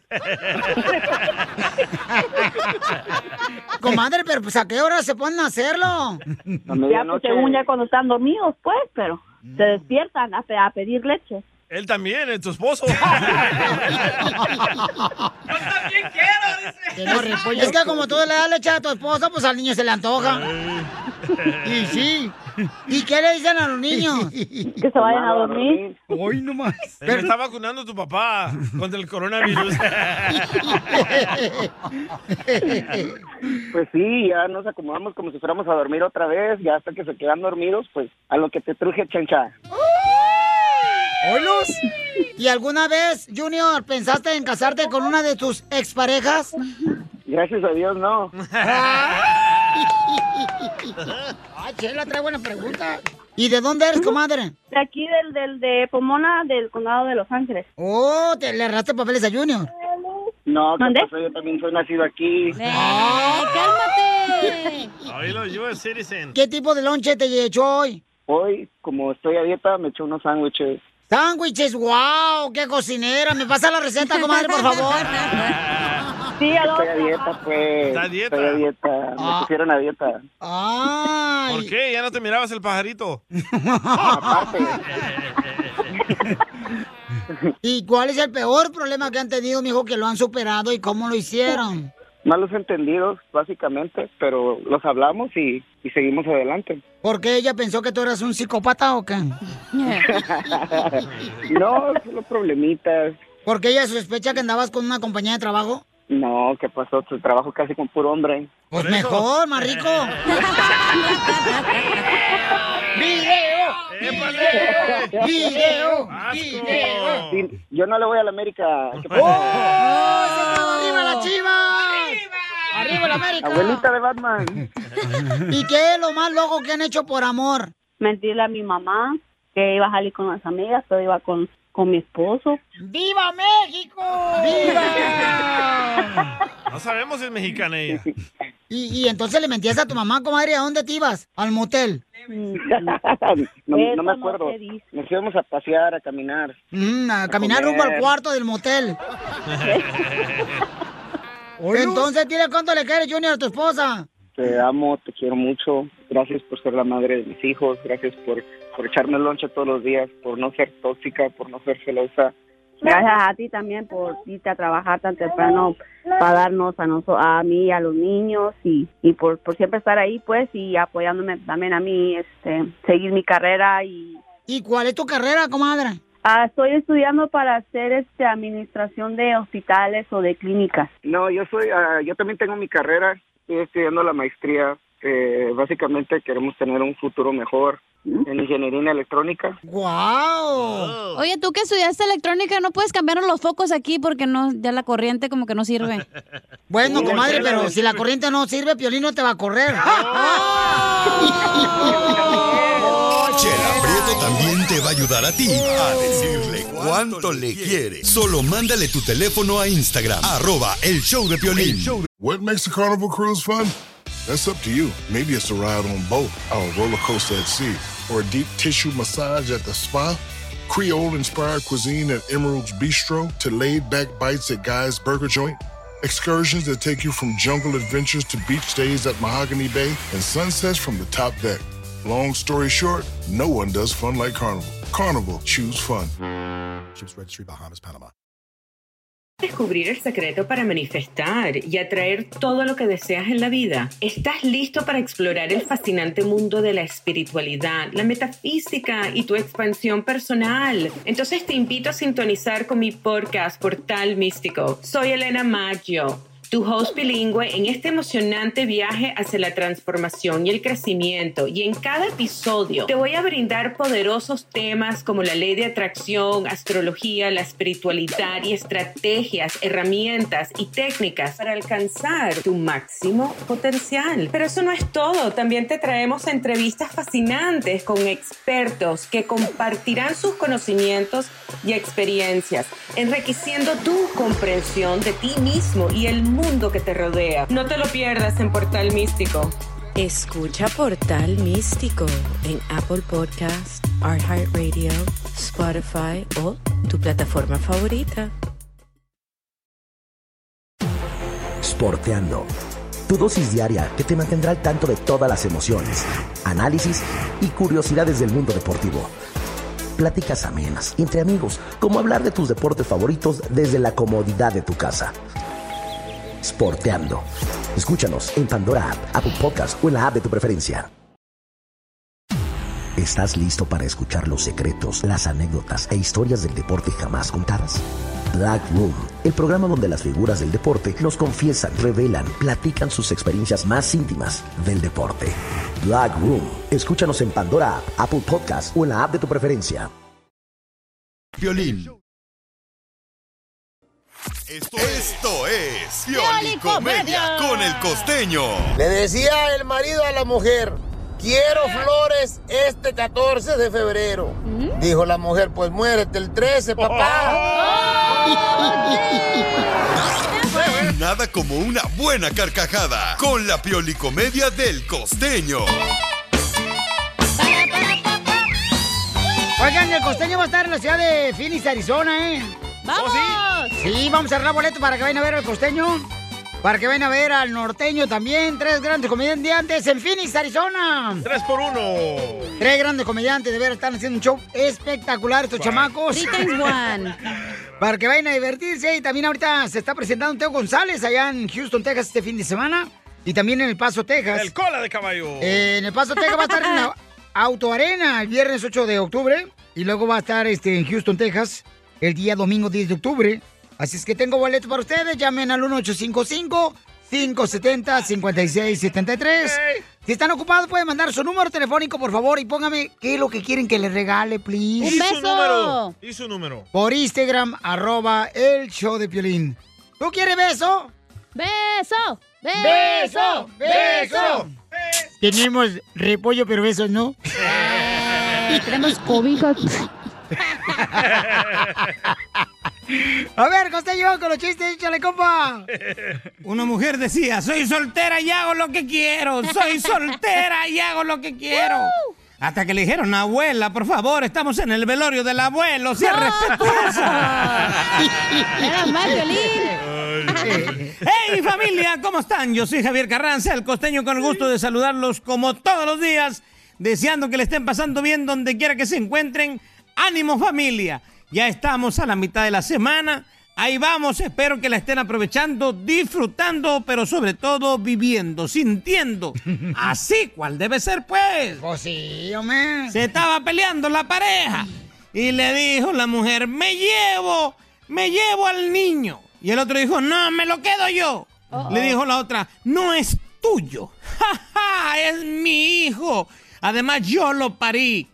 Comadre, pero pues, ¿a qué hora se ponen a hacerlo?
Ya, pues, según ya cuando están dormidos, pues, pero se despiertan a, pe- a pedir leche.
Él también, es tu esposo.
Que no repollo. Es que como tú le das leche a tu esposa, pues al niño se le antoja. Y sí. ¿Y qué le dicen a los niños? Que
se
vayan a dormir.
Hoy nomás.
Él me está vacunando tu papá contra el coronavirus.
Pues sí, ya nos acomodamos como si fuéramos a dormir otra vez, ya hasta que se quedan dormidos, pues a lo que te truje, chancha.
¡Holos! ¿Y alguna vez, Junior, pensaste en casarte con una de tus exparejas?
Gracias a Dios, no.
Ay, Chela, trae buena pregunta. ¿Y de dónde eres, comadre?
De aquí, del, del de Pomona, del condado de Los Ángeles.
Oh, te le arraste papeles a Junior.
No, ¿qué pasó? Yo también soy nacido aquí.
cálmate!
Oílo, US Citizen.
¿Qué tipo de lonche te echó hoy?
Hoy, como estoy a dieta, me eché unos sándwiches.
Sándwiches, wow, qué cocinera. ¿Me pasa la receta, comadre, por favor?
Sí, Estoy a dieta, pues.
Está a dieta. Ah.
Estoy a dieta. Me pusieron a dieta.
¿Por qué? Ya no te mirabas el pajarito.
¿Y cuál es el peor problema que han tenido, mijo, que lo han superado y cómo lo hicieron?
Malos entendidos, básicamente, pero los hablamos y, y seguimos adelante.
¿Por qué ella pensó que tú eras un psicópata o qué?
no, solo problemitas.
¿Por qué ella sospecha que andabas con una compañía de trabajo?
No, ¿qué pasó? Tu trabajo casi con puro hombre.
Pues mejor, más rico. ¡Video!
¡Video!
¡Video!
¡Video! Sí, yo no le voy a la América.
Oh,
¿Qué pasa?
¡Arriba la chiva! ¡Oh! ¡Arriba la América!
Abuelita de Batman.
¿Y qué es lo más loco que han hecho por amor?
Mentirle a mi mamá que iba a salir con las amigas, pero iba con, con mi esposo.
¡Viva México! ¡Viva!
No sabemos si es mexicana ella.
Y, y entonces le mentías a tu mamá, comadre, ¿a dónde te ibas? Al motel.
No,
Eso
no me
no
acuerdo.
se dice.
Nos íbamos a pasear, a caminar.
Mm, a caminar rumbo al cuarto del motel. Entonces, dile cuánto le quieres, Junior, a tu esposa.
Te amo, te quiero mucho. Gracias por ser la madre de mis hijos. Gracias por, por echarme loncha todos los días, por no ser tóxica, por no ser celosa.
Gracias a ti también por irte a trabajar tan temprano para darnos a, noso- a mí y a los niños y, y por, por siempre estar ahí pues y apoyándome también a mí, este, seguir mi carrera y...
¿Y cuál es tu carrera, comadre?
Ah, estoy estudiando para hacer este administración de hospitales o de clínicas.
No, yo soy, ah, yo también tengo mi carrera. Estoy estudiando la maestría. Eh, básicamente queremos tener un futuro mejor en ingeniería electrónica.
¡Wow!
Oye, tú que estudiaste electrónica, no puedes cambiar los focos aquí porque no, ya la corriente como que no sirve.
Bueno,
Sí,
comadre,
Chela,
pero
ven.
si la corriente no sirve, Piolín no te va a correr.
Chela Prieto también te va a ayudar a ti a decirle Oh. cuánto le quiere. Solo mándale tu teléfono a Instagram, arroba el show de Piolín.
What makes the Carnival cruise fun? That's up to you. Maybe it's a ride on boat, a roller coaster at sea, or a deep tissue massage at the spa. Creole inspired cuisine at Emerald's Bistro to laid back bites at Guy's Burger Joint. Excursions that take you from jungle adventures to beach days at Mahogany Bay and sunsets from the top deck. Long story short, no one does fun like Carnival. Carnival, choose fun. Ships Registry, Bahamas, Panama.
Descubrir el secreto para manifestar y atraer todo lo que deseas en la vida. ¿Estás listo para explorar el fascinante mundo de la espiritualidad, la metafísica y tu expansión personal? Entonces te invito a sintonizar con mi podcast Portal Místico. Soy Elena Maggio.
tu host bilingüe en este emocionante viaje hacia la transformación y el crecimiento. Y en cada episodio te voy a brindar poderosos temas como la ley de atracción, astrología, la espiritualidad y estrategias, herramientas y técnicas para alcanzar tu máximo potencial. Pero eso no es todo, también te traemos entrevistas fascinantes con expertos que compartirán sus conocimientos y experiencias, enriqueciendo tu comprensión de ti mismo y el mundo que te rodea. No te lo pierdas en Portal Místico.
Escucha Portal Místico en Apple Podcast, iHeartRadio, Spotify o tu plataforma favorita.
Sporteando. Tu dosis diaria que te mantendrá al tanto de todas las emociones, análisis y curiosidades del mundo deportivo. Pláticas amenas, entre amigos, como hablar de tus deportes favoritos desde la comodidad de tu casa. Sporteando. Escúchanos en Pandora App, Apple Podcast o en la app de tu preferencia. ¿Estás listo para escuchar los secretos, las anécdotas e historias del deporte jamás contadas? Black Room, el programa donde las figuras del deporte nos confiesan, revelan, platican sus experiencias más íntimas del deporte. Black Room, escúchanos en Pandora App, Apple Podcast o en la app de tu preferencia.
Violín. Esto, Esto es Piolicomedia con el costeño.
Le decía el marido a la mujer, quiero flores este 14 de febrero.
¿Mm?
Dijo la mujer, pues muérete el 13,
¡Oh!
papá.
Ah, Nada como una buena carcajada con la piolicomedia del costeño.
Oigan, el costeño va a estar en la ciudad de Phoenix, Arizona, ¿eh?
¡Vamos!
sí? vamos a cerrar boleto para que vayan a ver al costeño. Para que vayan a ver al norteño también. Tres grandes comediantes en Phoenix, Arizona.
Tres por uno.
Tres grandes comediantes, de ver, están haciendo un show espectacular estos chamacos.
Three times one.
Para que vayan a divertirse. Y también ahorita se está presentando Teo González allá en Houston, Texas, este fin de semana. Y también en El Paso, Texas.
El cola de caballo.
Eh, en El Paso, Texas va a estar en la Auto Arena el viernes 8 de octubre. Y luego va a estar este, en Houston, Texas, el día domingo 10 de octubre. Así es que tengo boleto para ustedes. Llamen al 1855-570-5673. Si están ocupados, pueden mandar su número telefónico, por favor, y póngame qué es lo que quieren que les regale, please.
Y su número. Y su número.
Por Instagram, arroba el show de Piolín. ¿Tú quieres beso?
¡Beso!
¡Beso! ¡Beso! Tenemos repollo, pero besos no.
Tenemos cobijas.
A ver, Costello, con los chistes, échale, compa.
Una mujer decía, soy soltera y hago lo que quiero, soy soltera y hago lo que quiero. Hasta que le dijeron, abuela, por favor, estamos en el velorio del abuelo, sea respetuosa.
pues! Era más
¡Hey familia! ¿Cómo están? Yo soy Javier Carranza, el costeño, con el gusto de saludarlos como todos los días, deseando que le estén pasando bien donde quiera que se encuentren. ¡Ánimo familia! Ya estamos a la mitad de la semana. Ahí vamos, espero que la estén aprovechando, disfrutando, pero sobre todo viviendo, sintiendo. Así cual debe ser, pues.
Pues sí,
Se estaba peleando la pareja y le dijo la mujer, me llevo, me llevo al niño. Y el otro dijo, no, me lo quedo yo.
Uh-oh.
Le dijo la otra, no es tuyo. ¡Ja, ja! Es mi hijo. Además, yo lo parí.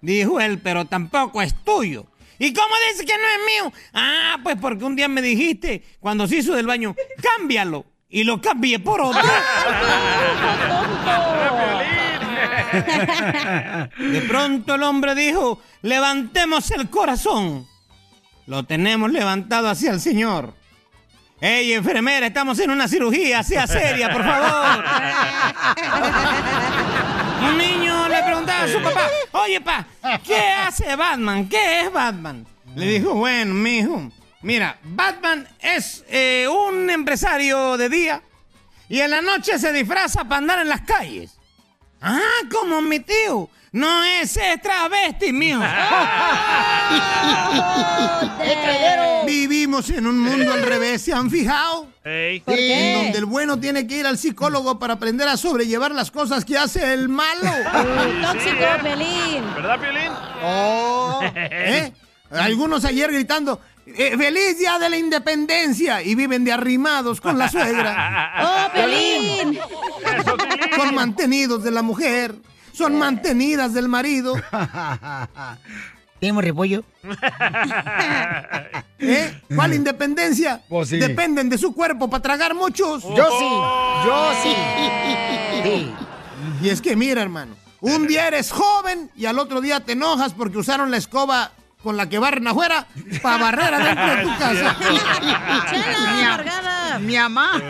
Dijo él, pero tampoco es tuyo. ¿Y cómo dice que no es mío? Ah, pues porque un día me dijiste, cuando se hizo del baño, cámbialo. Y lo cambié por otro. De pronto el hombre dijo, levantemos el corazón. Lo tenemos levantado hacia el Señor. Ey, enfermera, estamos en una cirugía, sea seria, por favor. Un niño le preguntaba a su papá, oye, pa, ¿qué hace Batman? ¿Qué es Batman? Le dijo, bueno, mijo, mira, Batman es eh, un empresario de día y en la noche se disfraza para andar en las calles. Ah, como mi tío. No, ese es travesti, mijo. Vivimos en un mundo al revés, ¿se han fijado?
¿Por qué?
En donde el bueno tiene que ir al psicólogo para aprender a sobrellevar las cosas que hace el malo.
Tóxico, Pelín. ¿Verdad, Pelín?
Oh, ¿eh? Algunos ayer gritando,
eh, feliz día de la independencia y viven de arrimados con la suegra.
¡Oh, Pelín!
Son mantenidos de la mujer, son mantenidas del marido.
¿Tenemos repollo?
¿Eh? ¿Cuál independencia? Dependen de su cuerpo para tragar muchos.
Yo sí, yo sí.
Y es que mira, hermano, un día eres joven y al otro día te enojas porque usaron la escoba con la que barren afuera para barrer adentro de tu casa.
Mi mamá.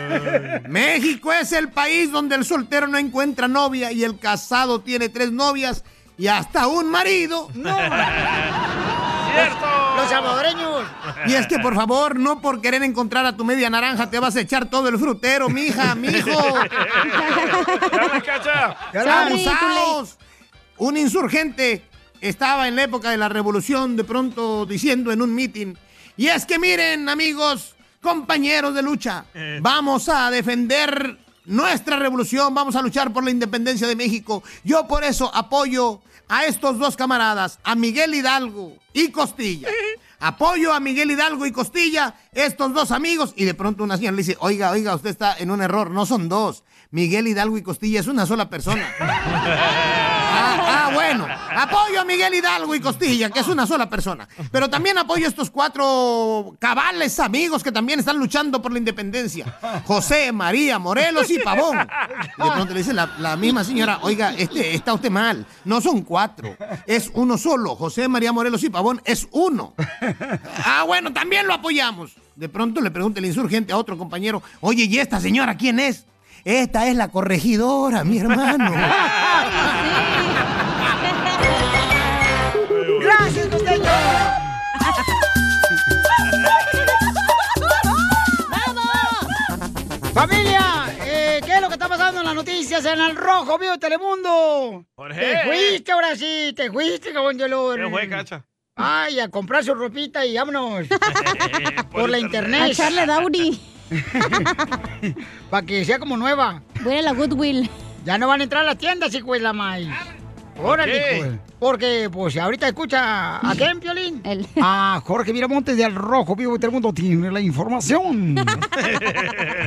México es el país donde el soltero no encuentra novia y el casado tiene tres novias y hasta un marido. No.
Los salvadoreños.
Y es que, por favor, no por querer encontrar a tu media naranja te vas a echar todo el frutero, mija, mijo. ¡Sean abusados! Un insurgente estaba en la época de la revolución de pronto diciendo en un mitin, y es que miren, amigos, compañeros de lucha, vamos a defender nuestra revolución, vamos a luchar por la independencia de México. Yo por eso apoyo a estos dos camaradas, a Miguel Hidalgo y Costilla. Apoyo a Miguel Hidalgo y Costilla, estos dos amigos, y de pronto una señora le dice, oiga, oiga, usted está en un error, no son dos. Miguel Hidalgo y Costilla es una sola persona. Ah, ah, bueno. Apoyo a Miguel Hidalgo y Costilla, que es una sola persona. Pero también apoyo a estos cuatro cabales amigos que también están luchando por la independencia. José, María, Morelos y Pavón. Y de pronto le dice la, la misma señora, oiga, este, está usted mal. No son cuatro, es uno solo. José, María, Morelos y Pavón es uno. Ah, bueno, también lo apoyamos. De pronto le pregunta el insurgente a otro compañero, oye, ¿y esta señora quién es? Esta es la corregidora, mi hermano.
Gracias, costeño. Familia, eh, ¿qué es lo que está pasando en las noticias en el Rojo Vivo de Telemundo?
Jorge.
Te fuiste ahora sí, te fuiste, cabrón de olor.
¿Qué fue, cacha?
Ay, a comprar su ropita y vámonos. por, la internet.
A echarle Dauri.
Para que sea como nueva.
Voy a la Goodwill.
Ya no van a entrar a las tiendas, hijo de la maíz. Órale,
qué?
hijo de- Porque, pues, ahorita escucha a quién, Piolín. A Jorge Miramontes del Rojo Vivo del Mundo tiene la información.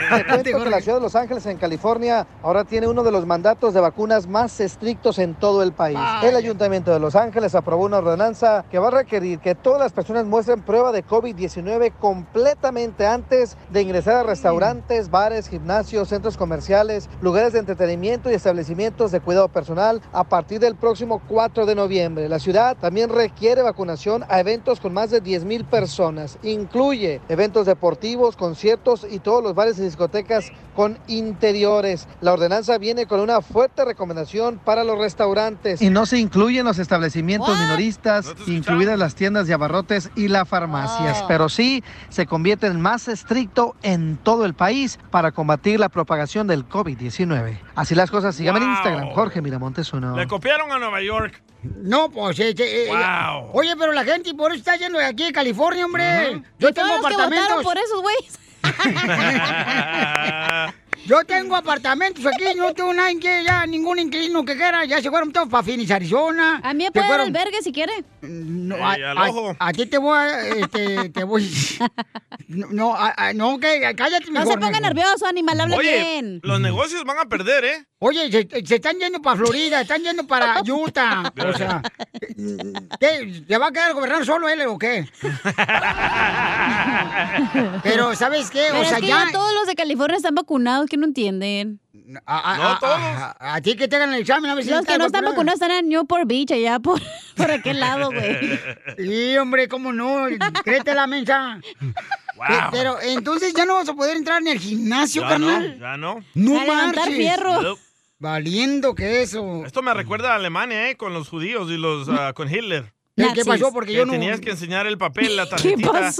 Te cuento que la ciudad de Los Ángeles, en California, ahora tiene uno de los mandatos de vacunas más estrictos en todo el país. El Ayuntamiento de Los Ángeles aprobó una ordenanza que va a requerir que todas las personas muestren prueba de COVID-19 completamente antes de ingresar a restaurantes, bares, gimnasios, centros comerciales, lugares de entretenimiento y establecimientos de cuidado personal a partir del próximo 4 de noviembre. La ciudad también requiere vacunación a eventos con más de 10 mil personas. Incluye eventos deportivos, conciertos y todos los bares y discotecas con interiores. La ordenanza viene con una fuerte recomendación para los restaurantes. Y no se incluyen los establecimientos minoristas, incluidas las tiendas de abarrotes y las
Ah.
farmacias. Pero sí se convierte en más estricto en todo el país para combatir la propagación del COVID-19. Así las cosas. Síganme en Instagram, Jorge Miramontes uno.
Le copiaron a Nueva York.
No, pues, este, eh,
Wow.
oye, pero la gente por eso está yendo de aquí de California, hombre. Yo
Y todos
tengo
los que votaron
apartamentos.
por esos güeyes.
Yo tengo apartamentos aquí, no tengo nadie que ya, ningún inquilino que quiera. Ya se fueron todos para Phoenix, Arizona. A mí
puede dar albergue
si quiere. No,
Eh,
a,
al
a-
ojo.
a ti te voy a, este, te voy. No, no, a- a- no, que cállate.
No se ponga nervioso, animal, hable bien.
los negocios van a perder, ¿eh?
Oye, se, se están yendo para Florida, están yendo para Utah. O sea, ¿qué? ¿Te va a quedar gobernar solo él o qué? Pero, ¿sabes qué?
Pero
o
es
sea,
que
ya.
ya todos los de California están vacunados, que no entienden.
A, a-
No
a-
todos.
a- a- a ti que te hagan el examen a ver si
Los
estás
que no están
vacunado.
vacunados están en Newport Beach, allá por, por aquel lado, güey.
Sí, hombre, cómo no. Créete la mensa. Pe- Pero entonces ya no vas a poder entrar en el gimnasio,
Ya no,
carnal.
ya no.
No, marches.
Nope.
Valiendo que eso.
Esto me recuerda a Alemania, ¿eh? Con los judíos y los ah, con Hitler.
¿Qué- qué Nazis. pasó? Porque yo
Que
no-
Tenías que enseñar el papel, la tarjetita. Que era-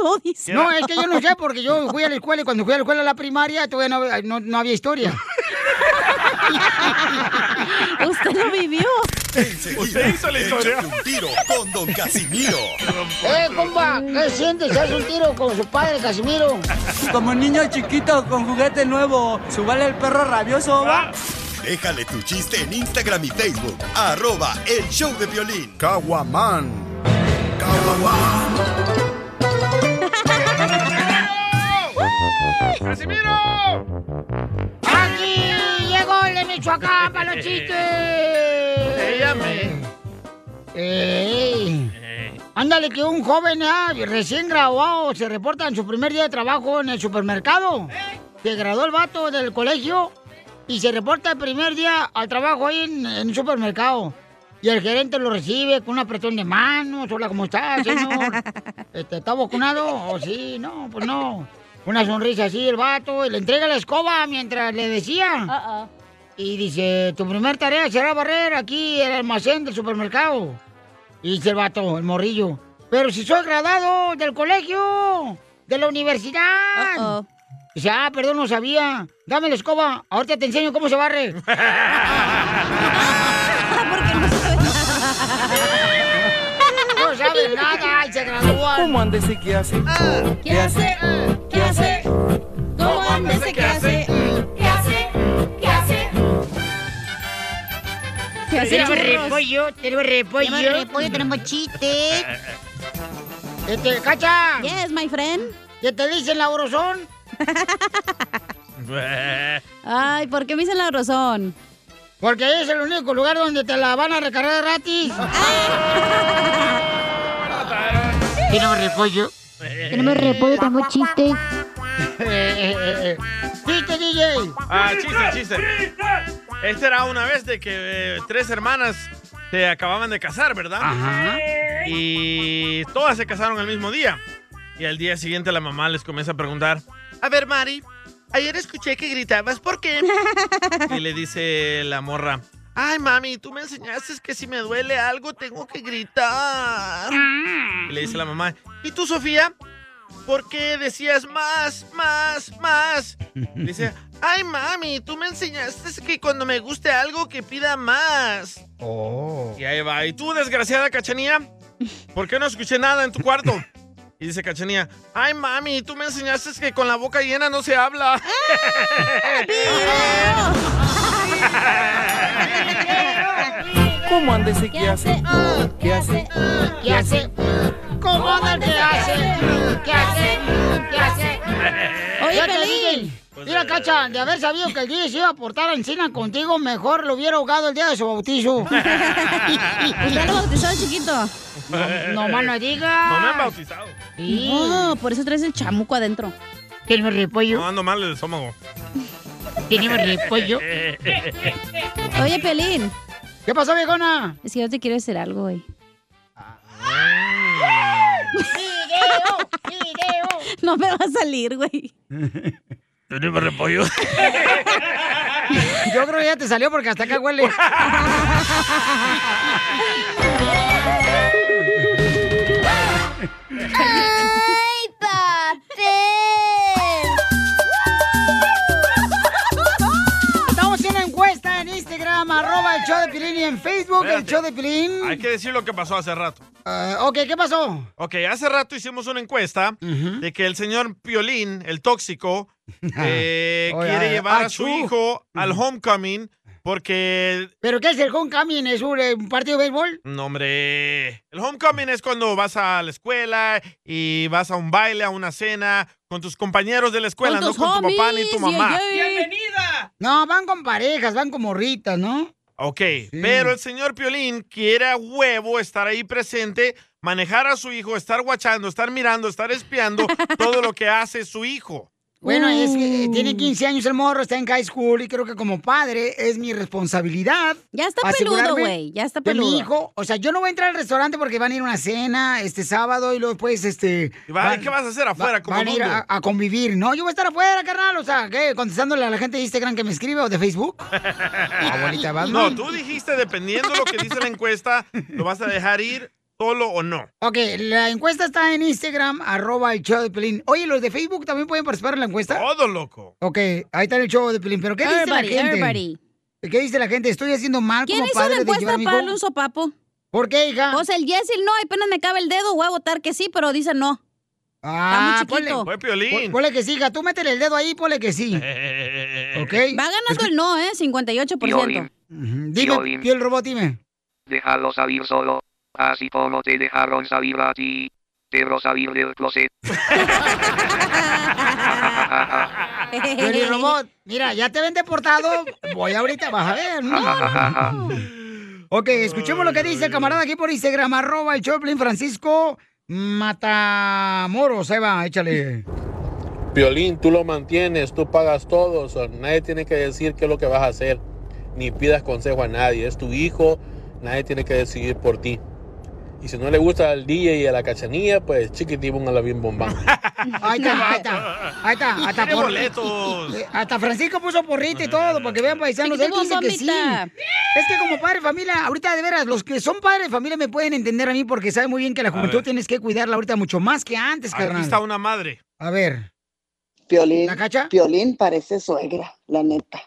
No, es que yo no sé, porque yo fui a la escuela y cuando fui a la escuela a la primaria todavía no, hab- no- no había historia.
Usted lo vivió.
Enseguida, échate un tiro con Don Casimiro.
¡Eh, compa! ¿Qué sientes? ¿Haz un tiro con su padre, Casimiro?
Como niño chiquito con juguete nuevo, subale el perro rabioso. ¿va?
Déjale tu chiste en Instagram y Facebook. Arroba el show de violín. Caguaman.
Michoacán para los chistes.
Ella me.
Ey. Ándale, que un joven ah, recién graduado se reporta en su primer día de trabajo en el supermercado. Se graduó el vato del colegio y se reporta el primer día al trabajo ahí en, en el supermercado. Y el gerente lo recibe con una apretón de manos. Hola, ¿cómo está, señor? Este, ¿Está vacunado? ¿O sí? No, pues no. Una sonrisa así el vato y le entrega la escoba mientras le decía.
Ah. Uh-uh.
Y dice, tu primer tarea será barrer aquí el almacén del supermercado. Y dice el vato, el morrillo. Pero si soy graduado del colegio, de la universidad. Dice, ah, perdón, no sabía. Dame la escoba, ahorita te enseño cómo se barre. No sabe nada y se gradúa.
¿Cómo anda ese que hace?
Ah,
¿Qué hace? ¿Qué hace? ¿Cómo anda ese que hace? ¿Qué hace? ¿Qué hace?
¿Qué hace,
Tenemos
churros?
repollo,
tenemos repollo.
Tenemos repollo, tenemos chiste.
Este, Cacha.
Yes, my friend.
¿Qué te dicen, laurosón?
Ay, ¿por qué me dicen la razón?
Porque ahí es el único lugar donde te la van a recargar gratis. Tenemos repollo.
Tenemos repollo, tenemos chiste.
¡Chiste, DJ!
Ah, chiste, chiste. Este era una vez de que eh, tres hermanas se acababan de casar, ¿verdad?
Ajá.
Y todas se casaron el mismo día. Y al día siguiente la mamá les comienza a preguntar, a ver, Mari, ayer escuché que gritabas, ¿por qué? y le dice la morra, ay, mami, tú me enseñaste que si me duele algo tengo que gritar. Y le dice la mamá, ¿y tú, Sofía? ¿Por qué decías más, más, más? Dice, ay, mami, tú me enseñaste que cuando me guste algo que pida más.
Oh.
Y ahí va. ¿Y tú, desgraciada Cachanía? ¿Por qué no escuché nada en tu cuarto? Y dice Cachanía, ay mami, tú me enseñaste que con la boca llena no se habla.
¡Ah!
¿Cómo anda ese que hace?
Ah,
¿Qué hace?
¿Qué hace? ¿Cómo anda el que hace? ¿Qué hace? ¿Qué hace?
Oye,
Ya te
Pelín.
dije. Mira, Cacha, de haber sabido que el DJ se iba a portar en cena contigo, mejor lo hubiera ahogado el día de su bautizo.
¿Usted lo bautizó de chiquito?
No, más no digas.
No me han bautizado.
Sí.
No, por eso traes el chamuco adentro.
Tenemos repollo.
No ando mal del estómago.
Tenemos repollo.
Oye, Pelín.
¿Qué pasó, viejona?
Es que yo te quiero decir algo, güey.
¡Video! ¡Video!
No me va a salir, güey.
Tenemos repollo.
Yo creo que ya te salió porque hasta acá huele.
¡Ay, papel!
Estamos en una encuesta en Instagram, arroba el show de Pilín y en Facebook el
Espérate.
show de Pilín.
Hay que decir lo que pasó hace rato.
Ah, ok, ¿qué pasó?
Ok, hace rato hicimos una encuesta de que el señor Piolín, el tóxico, eh,
Oye, Ah,
quiere
ay,
llevar a
achú.
su hijo al homecoming porque...
¿Pero qué es el homecoming? ¿Es un, eh, un partido de béisbol?
No, hombre. El homecoming es cuando vas a la escuela y vas a un baile, a una cena con tus compañeros de la escuela, no con tu papá ni tu mamá.
¡Bienvenida! No, van con parejas, van con morritas, ¿no?
Ok, pero el señor Piolín quiere a huevo estar ahí presente, manejar a su hijo, estar guachando, estar mirando, estar espiando todo lo que hace su hijo.
Bueno, es que eh,
Mm.
tiene 15 años el morro, está en high school y creo que como padre es mi responsabilidad.
Ya está peludo, güey, ya está
De
peludo.
mi hijo, o sea, yo no voy a entrar al restaurante porque van a ir a una cena este sábado y luego pues este...
va-
van-
¿qué vas a hacer afuera, como
Van a ir
mundo?
a, a convivir, ¿no? Yo voy a estar afuera, carnal, o sea, ¿qué? Contestándole a la gente de Instagram que me escribe o de Facebook. Abuelita
No,
Batman.
tú dijiste, dependiendo lo que dice la encuesta, lo vas a dejar ir solo o no.
Ok, la encuesta está en Instagram, arroba el show de Pelín. Oye, ¿los de Facebook también pueden participar en la encuesta?
Todo loco.
Ok, ahí está el show de Pelín. ¿Pero qué dice la
Everybody,
gente?
everybody.
¿Qué dice la gente? ¿Estoy haciendo mal
¿Quién
como
hizo
padre
la
de
encuesta
llevar a mi
para darle
hijo?
un sopapo?
¿Por qué, hija?
O sea, el yes y el no, apenas me cabe el dedo, voy a votar que sí, pero dice no.
Ah,
Está muy chiquito. Fue Piolín.
pon- Ponle que sí, hija. Tú métele el dedo ahí, ponle que sí. ¿Ok?
Va ganando el no, ¿eh? 58%.
Piolín.
Dime,
Piolín.
piel robot, dime.
Déjalo salir solo, así como te dejaron salir a ti. Debo salir del closet.
Pioli Robot, mira, ya te ven deportado. Voy ahorita, vas a ver. No, no, no. Ok, escuchemos lo que dice el camarada aquí por Instagram, arroba el Choplin Francisco Matamoros. Ahí va, échale.
Piolín, tú lo mantienes, tú pagas todo. o sea, nadie tiene que decir qué es lo que vas a hacer. Ni pidas consejo a nadie. Es tu hijo. Nadie tiene que decidir por ti. Y si no le gusta al DJ y a la cachanilla, pues chiquitín a la bien bombán.
Ahí está, ahí está. Ahí está, hasta
Tiene
por-
boletos.
eh, Hasta Francisco puso porrita y todo, porque vean paisanos, él
Chiquito
dice que sí.
bombita.
Es que como padre de familia, ahorita de veras, los que son padres de familia me pueden entender a mí porque saben muy bien que la juventud
ver.
tienes que cuidarla ahorita mucho más que antes,
Aquí
carnal.
está una madre.
A ver.
Piolín.
¿La cacha?
Piolín parece suegra, la neta.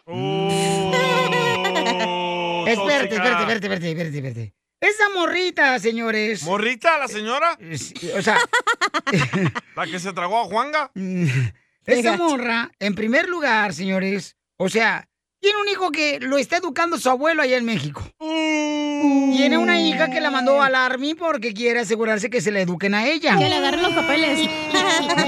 Espérate, espérate, espérate, espérate, espérate, espérate. Esa morrita, señores. Eh,
¿Morrita la señora?
O sea,
¿La que se tragó a Juanga?
Esa morra, en primer lugar, señores, o sea, tiene un hijo que lo está educando su abuelo allá en México.
Mm.
Tiene una hija que la mandó al army porque quiere asegurarse que se la eduquen a ella.
Que le agarren los papeles.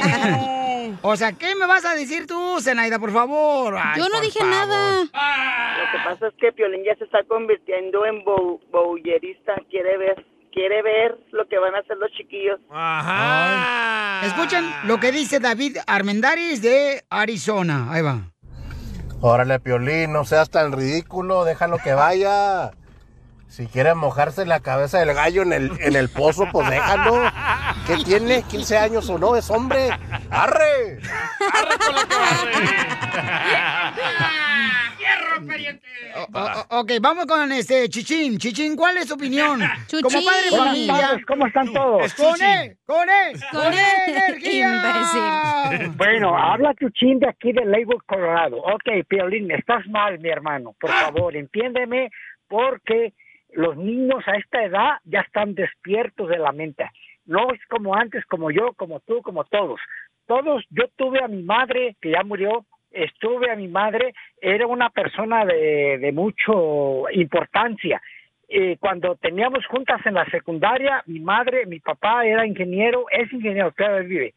o sea, ¿qué me vas a decir tú, Zenaida, por favor? Ay, por favor.
Lo que pasa es que Piolín ya se está convirtiendo en bou- bowlerista. Quiere ver, quiere ver lo que van a hacer los chiquillos.
Ay. Escuchen lo que dice David Armendaris de Arizona. Ahí va.
Órale, Piolín, no seas tan ridículo, déjalo que vaya. Si quiere mojarse la cabeza del gallo en el, en el pozo, pues déjalo. ¿Qué tiene? ¿15 años o no? Es hombre. ¡Arre!
Oh, ah.
O- o- ok, vamos con este Chichín. Chichín, ¿cuál es su opinión? Como padre de
Buenas
familia.
tardes, ¿Cómo están todos?
Con él, con él, con él, energía.
Bueno, habla Chuchín de aquí de Lakewood, Colorado. Ok, Piolín, estás mal, mi hermano. Por favor, entiéndeme, porque los niños a esta edad ya están despiertos de la mente. No es como antes, como yo, como tú, como todos. Todos, yo tuve a mi madre, que ya murió, estuve a mi madre, era una persona de, de mucho importancia. Eh, cuando teníamos juntas en la secundaria, mi madre, mi papá era ingeniero, es ingeniero, todavía vive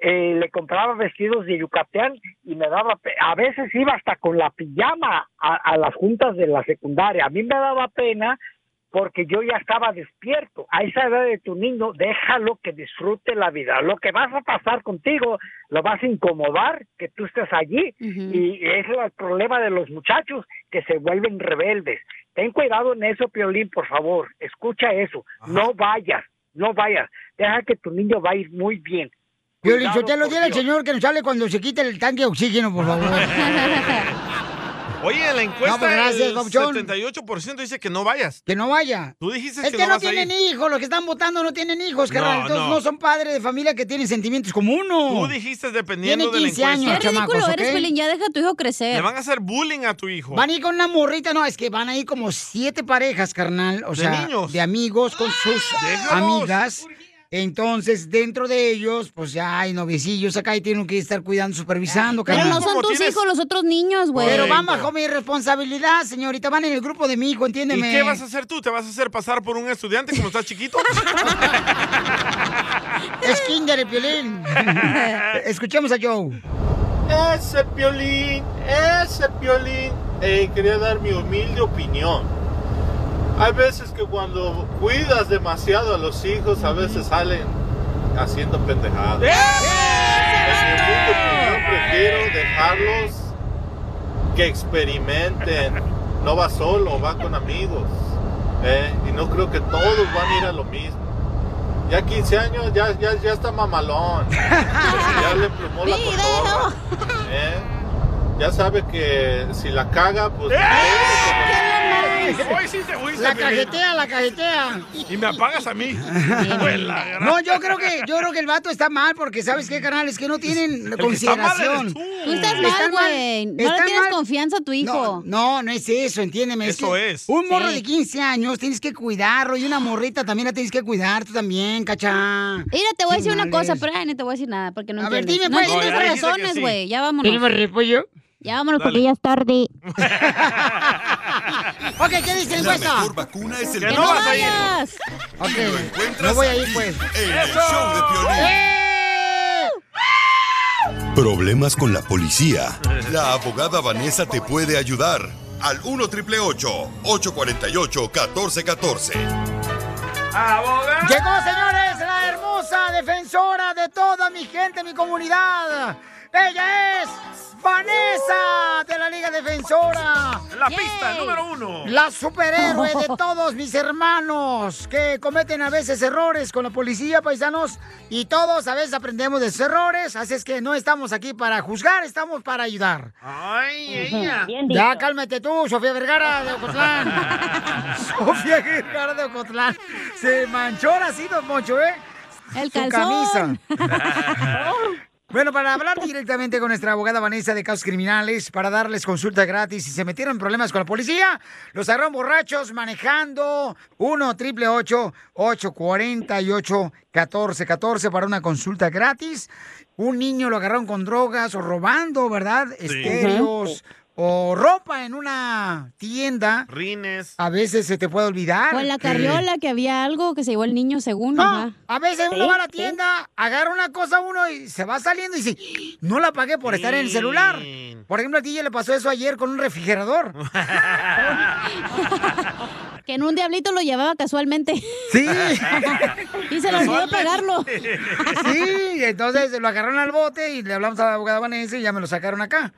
eh, le compraba vestidos de Yucatán y me daba, pe- a veces iba hasta con la pijama a, a las juntas de la secundaria. A mí me daba pena porque yo ya estaba despierto. A esa edad de tu niño, déjalo que disfrute la vida. Lo que vas a pasar contigo, lo vas a incomodar que tú estés allí. Y ese es el problema de los muchachos que se vuelven rebeldes. Ten cuidado en eso, Piolín, por favor. Escucha eso. No vayas, no vayas. Deja que tu niño va a ir muy bien.
Violín, yo te
Cuidado,
lo
por
dile al
Dios.
señor que nos sale cuando se quite el tanque de oxígeno, por favor.
Oye, en la encuesta
No, pues, gracias,
el
papuchón.
78% dice que no vayas.
Que no vaya.
Tú dijiste
Es
que,
que no
vas a ir.
tienen hijos, los que están votando no tienen hijos,
No,
carnal. Entonces
no.
no. son padres de familia que tienen sentimientos como uno.
Tú dijiste dependiendo
Tiene 15
de la
años,
encuesta.
Qué chamacos, ridículo eres, ¿ok? Pelín,
Ya deja a tu hijo crecer.
Le van a hacer bullying a tu hijo.
Van a ir con una morrita, no, es que van a ir como siete parejas, carnal. O
De
sea,
niños. Ah,
de amigos con sus amigas. Entonces, dentro de ellos, pues ya hay novicillos acá y tienen que estar cuidando, supervisando,
Pero
carnal.
no son tus hijos los otros niños, güey.
Pero van bajo mi responsabilidad, señorita. Van en el grupo de mi hijo,
¿Y
entiéndeme.
qué vas a hacer tú? ¿Te vas a hacer pasar por un estudiante como estás chiquito?
Es kinder el piolín. Escuchemos a Joe.
Ese piolín, ese piolín. Eh, quería dar mi humilde opinión. Hay veces que cuando cuidas demasiado a los hijos, a veces salen haciendo pendejadas. En mi humilde opinión, prefiero dejarlos que experimenten. No va solo, va con amigos. ¿eh? Y no creo que todos van a ir a lo mismo. Ya 15 años, ya, ya, ya está mamalón. Ya le plumó la cotorra. ¿eh? Ya sabe que si la caga, pues...
Hoy sí te fuiste,
La
Piolín.
cajetea, la cajetea.
Y me apagas a mí. Pues Vuela, gran-
No, yo creo que yo creo que el vato está mal porque sabes qué canal es que no tienen
que está mal eres
consideración.
tú.
Tú estás mal, güey. No le tienes
confianza a tu
hijo.
No, no, no es eso, entiéndeme.
Eso
que
es.
Un morro
Sí.
de 15 años tienes que cuidarlo y
Ah.
una morrita también la tienes que cuidar tú también, cachá.
Mira, te voy a
Qué
decir una
mal
cosa,
eres.
pero ay, no te voy a decir nada porque no
A ver,
entiendes.
dime,
no
pues.
entiendes
No, ya dijiste que
razones,
sí.
güey. Ya vámonos.
¿Tenemos repollo?
Ya vámonos
Dale.
porque ya es tarde.
Ok, ¿qué dice la
La
encuesta?
mejor vacuna es el
¡Que
buen
no
vivir.
vayas!
Y
Ok,
lo
pues.
encuentras
no voy a
aquí,
ir pues.
en el show de Piolín.
¡Eh!
Problemas con la policía. La abogada Vanessa te puede ayudar. Al 1 triple 848 1414.
Llegó, señores, la hermosa defensora de toda mi gente, mi comunidad. Ella es Vanessa de la Liga Defensora.
La pista número uno.
La superhéroe de todos mis hermanos que cometen a veces errores con la policía, paisanos. Y todos a veces aprendemos de sus errores. Así es que no estamos aquí para juzgar, estamos para ayudar.
Ay, ella.
Ya cálmate tú, Sofía Vergara de Ocotlán. Sofía Vergara de Ocotlán. Se manchó ahora sí, don Moncho, ¿eh?
El
Su
calzón.
camisa. Bueno, para hablar directamente con nuestra abogada Vanessa de casos criminales, para darles consulta gratis, si se metieron en problemas con la policía, los agarraron borrachos manejando 1 triple 848 1414 para una consulta gratis. Un niño lo agarraron con drogas o robando, ¿verdad? Estéreos o ropa en una tienda.
Rines.
A veces se te puede olvidar.
O en la carriola que había algo que se llevó el niño según.
Ah. No,
ajá.
a veces uno va a la tienda, agarra una cosa uno y se va saliendo y dice, no la pagué por estar en el celular. Por ejemplo, a DJ le pasó eso ayer con un refrigerador.
Que en un diablito lo llevaba casualmente.
Sí.
y se lo olvidó pagarlo.
Sí, entonces lo agarraron al bote y le hablamos a la abogada Vanessa y ya me lo sacaron acá.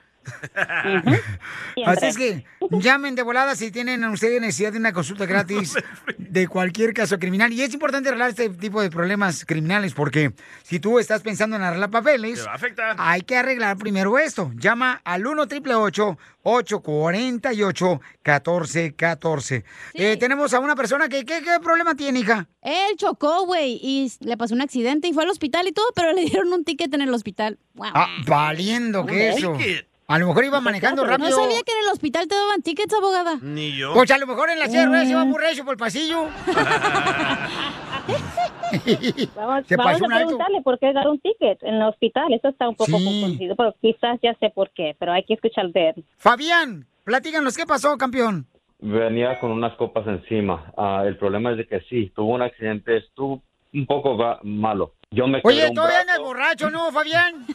Así es que llamen de volada si tienen ustedes necesidad de una consulta gratis de cualquier caso criminal. Y es importante arreglar este tipo de problemas criminales porque si tú estás pensando en arreglar papeles,
Te va a afectar.
hay que arreglar primero esto. Llama al 1 888 848 1414 Eh, Tenemos a una persona que, ¿qué, qué problema tiene, hija?
Él chocó, güey, y s- le pasó un accidente y fue al hospital y todo, pero le dieron un ticket en el hospital. Wow.
Ah, valiendo que eso. A lo mejor iba manejando rápido.
No sabía que en el hospital te daban tickets, abogada.
Ni Mm, yo.
Pues a lo mejor en la sierra
Mm.
se va muy recio por el pasillo.
Vamos,
Se
vamos
pasó
a
un alto.
preguntarle por qué dar un ticket en el hospital. Eso está un poco confundido, pero quizás ya sé por qué, pero hay que escuchar de él.
Fabián, platícanos qué pasó, campeón.
Venía con unas copas encima. Ah, el problema es de que sí, tuvo un accidente, estuvo un poco va- malo. Yo me quedé
Oye,
un
todavía
brazo
andas borracho, ¿no, Fabián?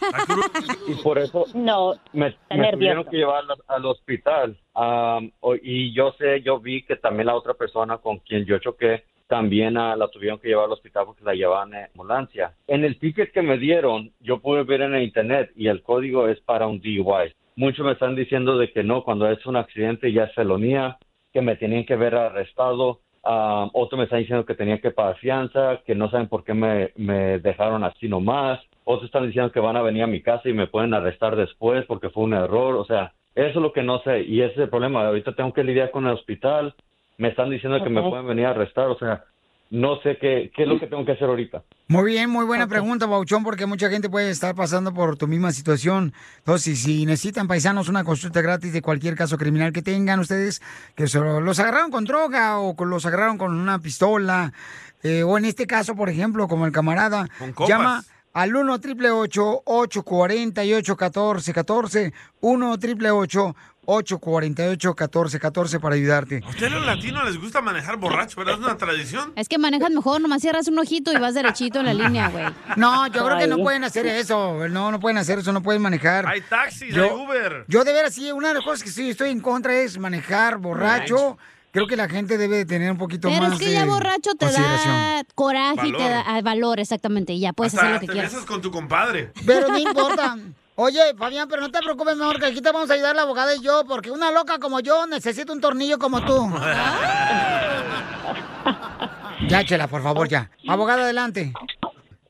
y por eso
No,
me, me
nervioso.
tuvieron que llevar al, al hospital. Ah, o- y yo sé, yo vi que también la otra persona con quien yo choqué también ah, la tuvieron que llevar al hospital porque la llevaban en ambulancia. En el ticket que me dieron, yo pude ver en el internet y el código es para un DUI. Muchos me están diciendo de que no, cuando es un accidente ya es felonía, que me tenían que ver arrestado. Ah, otros me están diciendo que tenía que pagar fianza, que no saben por qué me, me dejaron así nomás. Otros están diciendo que van a venir a mi casa y me pueden arrestar después porque fue un error. O sea, eso es lo que no sé y ese es el problema. Ahorita tengo que lidiar con el hospital. Me están diciendo que me
Ok.
pueden venir a arrestar. O sea, no sé qué, qué es lo que tengo que hacer ahorita.
Muy bien, muy buena pregunta, Bauchón, porque mucha gente puede estar pasando por tu misma situación. Entonces, si necesitan paisanos una consulta gratis de cualquier caso criminal que tengan ustedes, que se lo- los agarraron con droga o con- los agarraron con una pistola, eh, o en este caso, por ejemplo, como el camarada,
Con copas.
llama al 1 triple 848 1414 1 triple 848 1414 para ayudarte.
A ustedes los latinos les gusta manejar borracho, ¿verdad? Es una tradición.
Es que manejas mejor, nomás cierras un ojito y vas derechito en la línea, güey.
No, yo creo que no
Ay.
pueden hacer eso. No, no pueden hacer eso, no pueden manejar.
Hay taxis,
Yo-
hay Uber.
Yo de veras, sí, una de las cosas que sí estoy en contra es manejar borracho. Creo que la gente debe de tener un poquito
Pero
más
es que
de
ya borracho te da
consideración.
coraje y te
Valor.
da ah, valor, exactamente. Y ya puedes
Hasta
hacer lo que
te
quieras.
besas con tu compadre.
Pero no importa. Oye, Fabián, pero no te preocupes, mejor que aquí te vamos a ayudar la abogada y yo, porque una loca como yo necesita un tornillo como tú. Ya, Chela, por favor, ya. Abogada, adelante.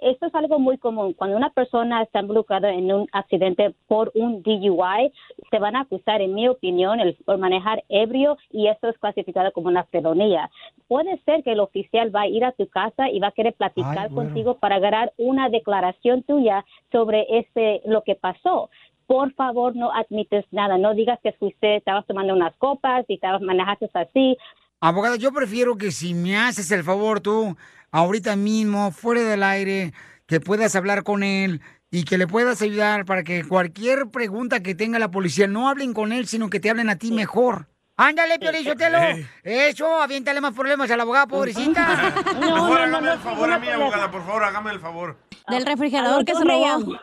Esto es algo muy común. Cuando una persona está involucrada en un accidente por un DUI, se van a acusar, en mi opinión, el, por manejar ebrio y esto es clasificado como una felonía. Puede ser que el oficial va a ir a tu casa y va a querer platicar
Ay, güero.
contigo para agarrar una declaración tuya sobre este, lo que pasó. Por favor, no admites nada. No digas que fuiste, estabas tomando unas copas y estabas manejaste así.
Abogada, yo prefiero que si me haces el favor tú, ahorita mismo, fuera del aire, que puedas hablar con él y que le puedas ayudar para que cualquier pregunta que tenga la policía no hablen con él, sino que te hablen a ti mejor. Ándale, Piolichotelo.
Sí.
Eso, aviéntale más problemas a la abogada, pobrecita.
Mejor hágame el
Ah,
favor a mí, abogada, por favor, hágame el favor.
Del refrigerador que se robó.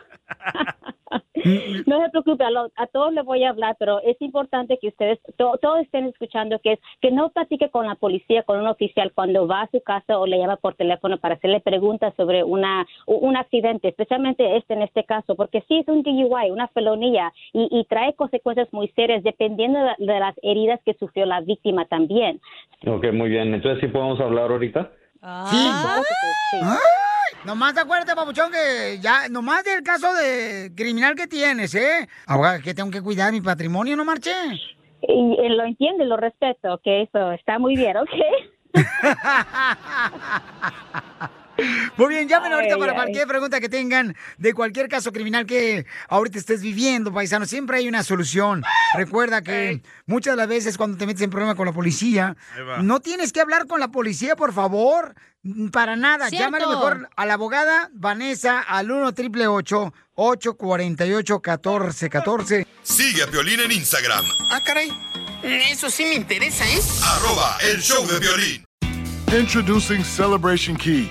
No se preocupe, a, lo- a todos les voy a hablar, pero es importante que ustedes, to- todos estén escuchando, que es que no platique con la policía, con un oficial cuando va a su casa o le llama por teléfono para hacerle preguntas sobre una, u- un accidente, especialmente este en este caso, porque sí es un DUI, una felonía, y, y trae consecuencias muy serias dependiendo de, de las heridas que sufrió la víctima también.
Ok, muy bien. Entonces, ¿sí podemos hablar ahorita?
¡Ay! Nomás acuérdate, papuchón, que ya, nomás del caso de criminal que tienes, ¿eh? Ahora que tengo que cuidar mi patrimonio, no marché.
Y, eh, lo entiende, lo respeto, que eso está muy bien, ¿ok?
Muy bien, llamen
Ay,
ahorita para
ay.
cualquier pregunta que tengan de cualquier caso criminal que ahorita estés viviendo, paisano. Siempre hay una solución. Recuerda que muchas de las veces cuando te metes en problema con la policía,
Ahí va.
no tienes que hablar con la policía, por favor. Mm, Para nada.
Cierto.
Llámale mejor a la abogada Vanessa al 1 888 848 1414
Sigue a Piolín en Instagram,
Ah, caray.
Eso sí me interesa, ¿eh?
arroba el show de Piolín.
Introducing Celebration Key,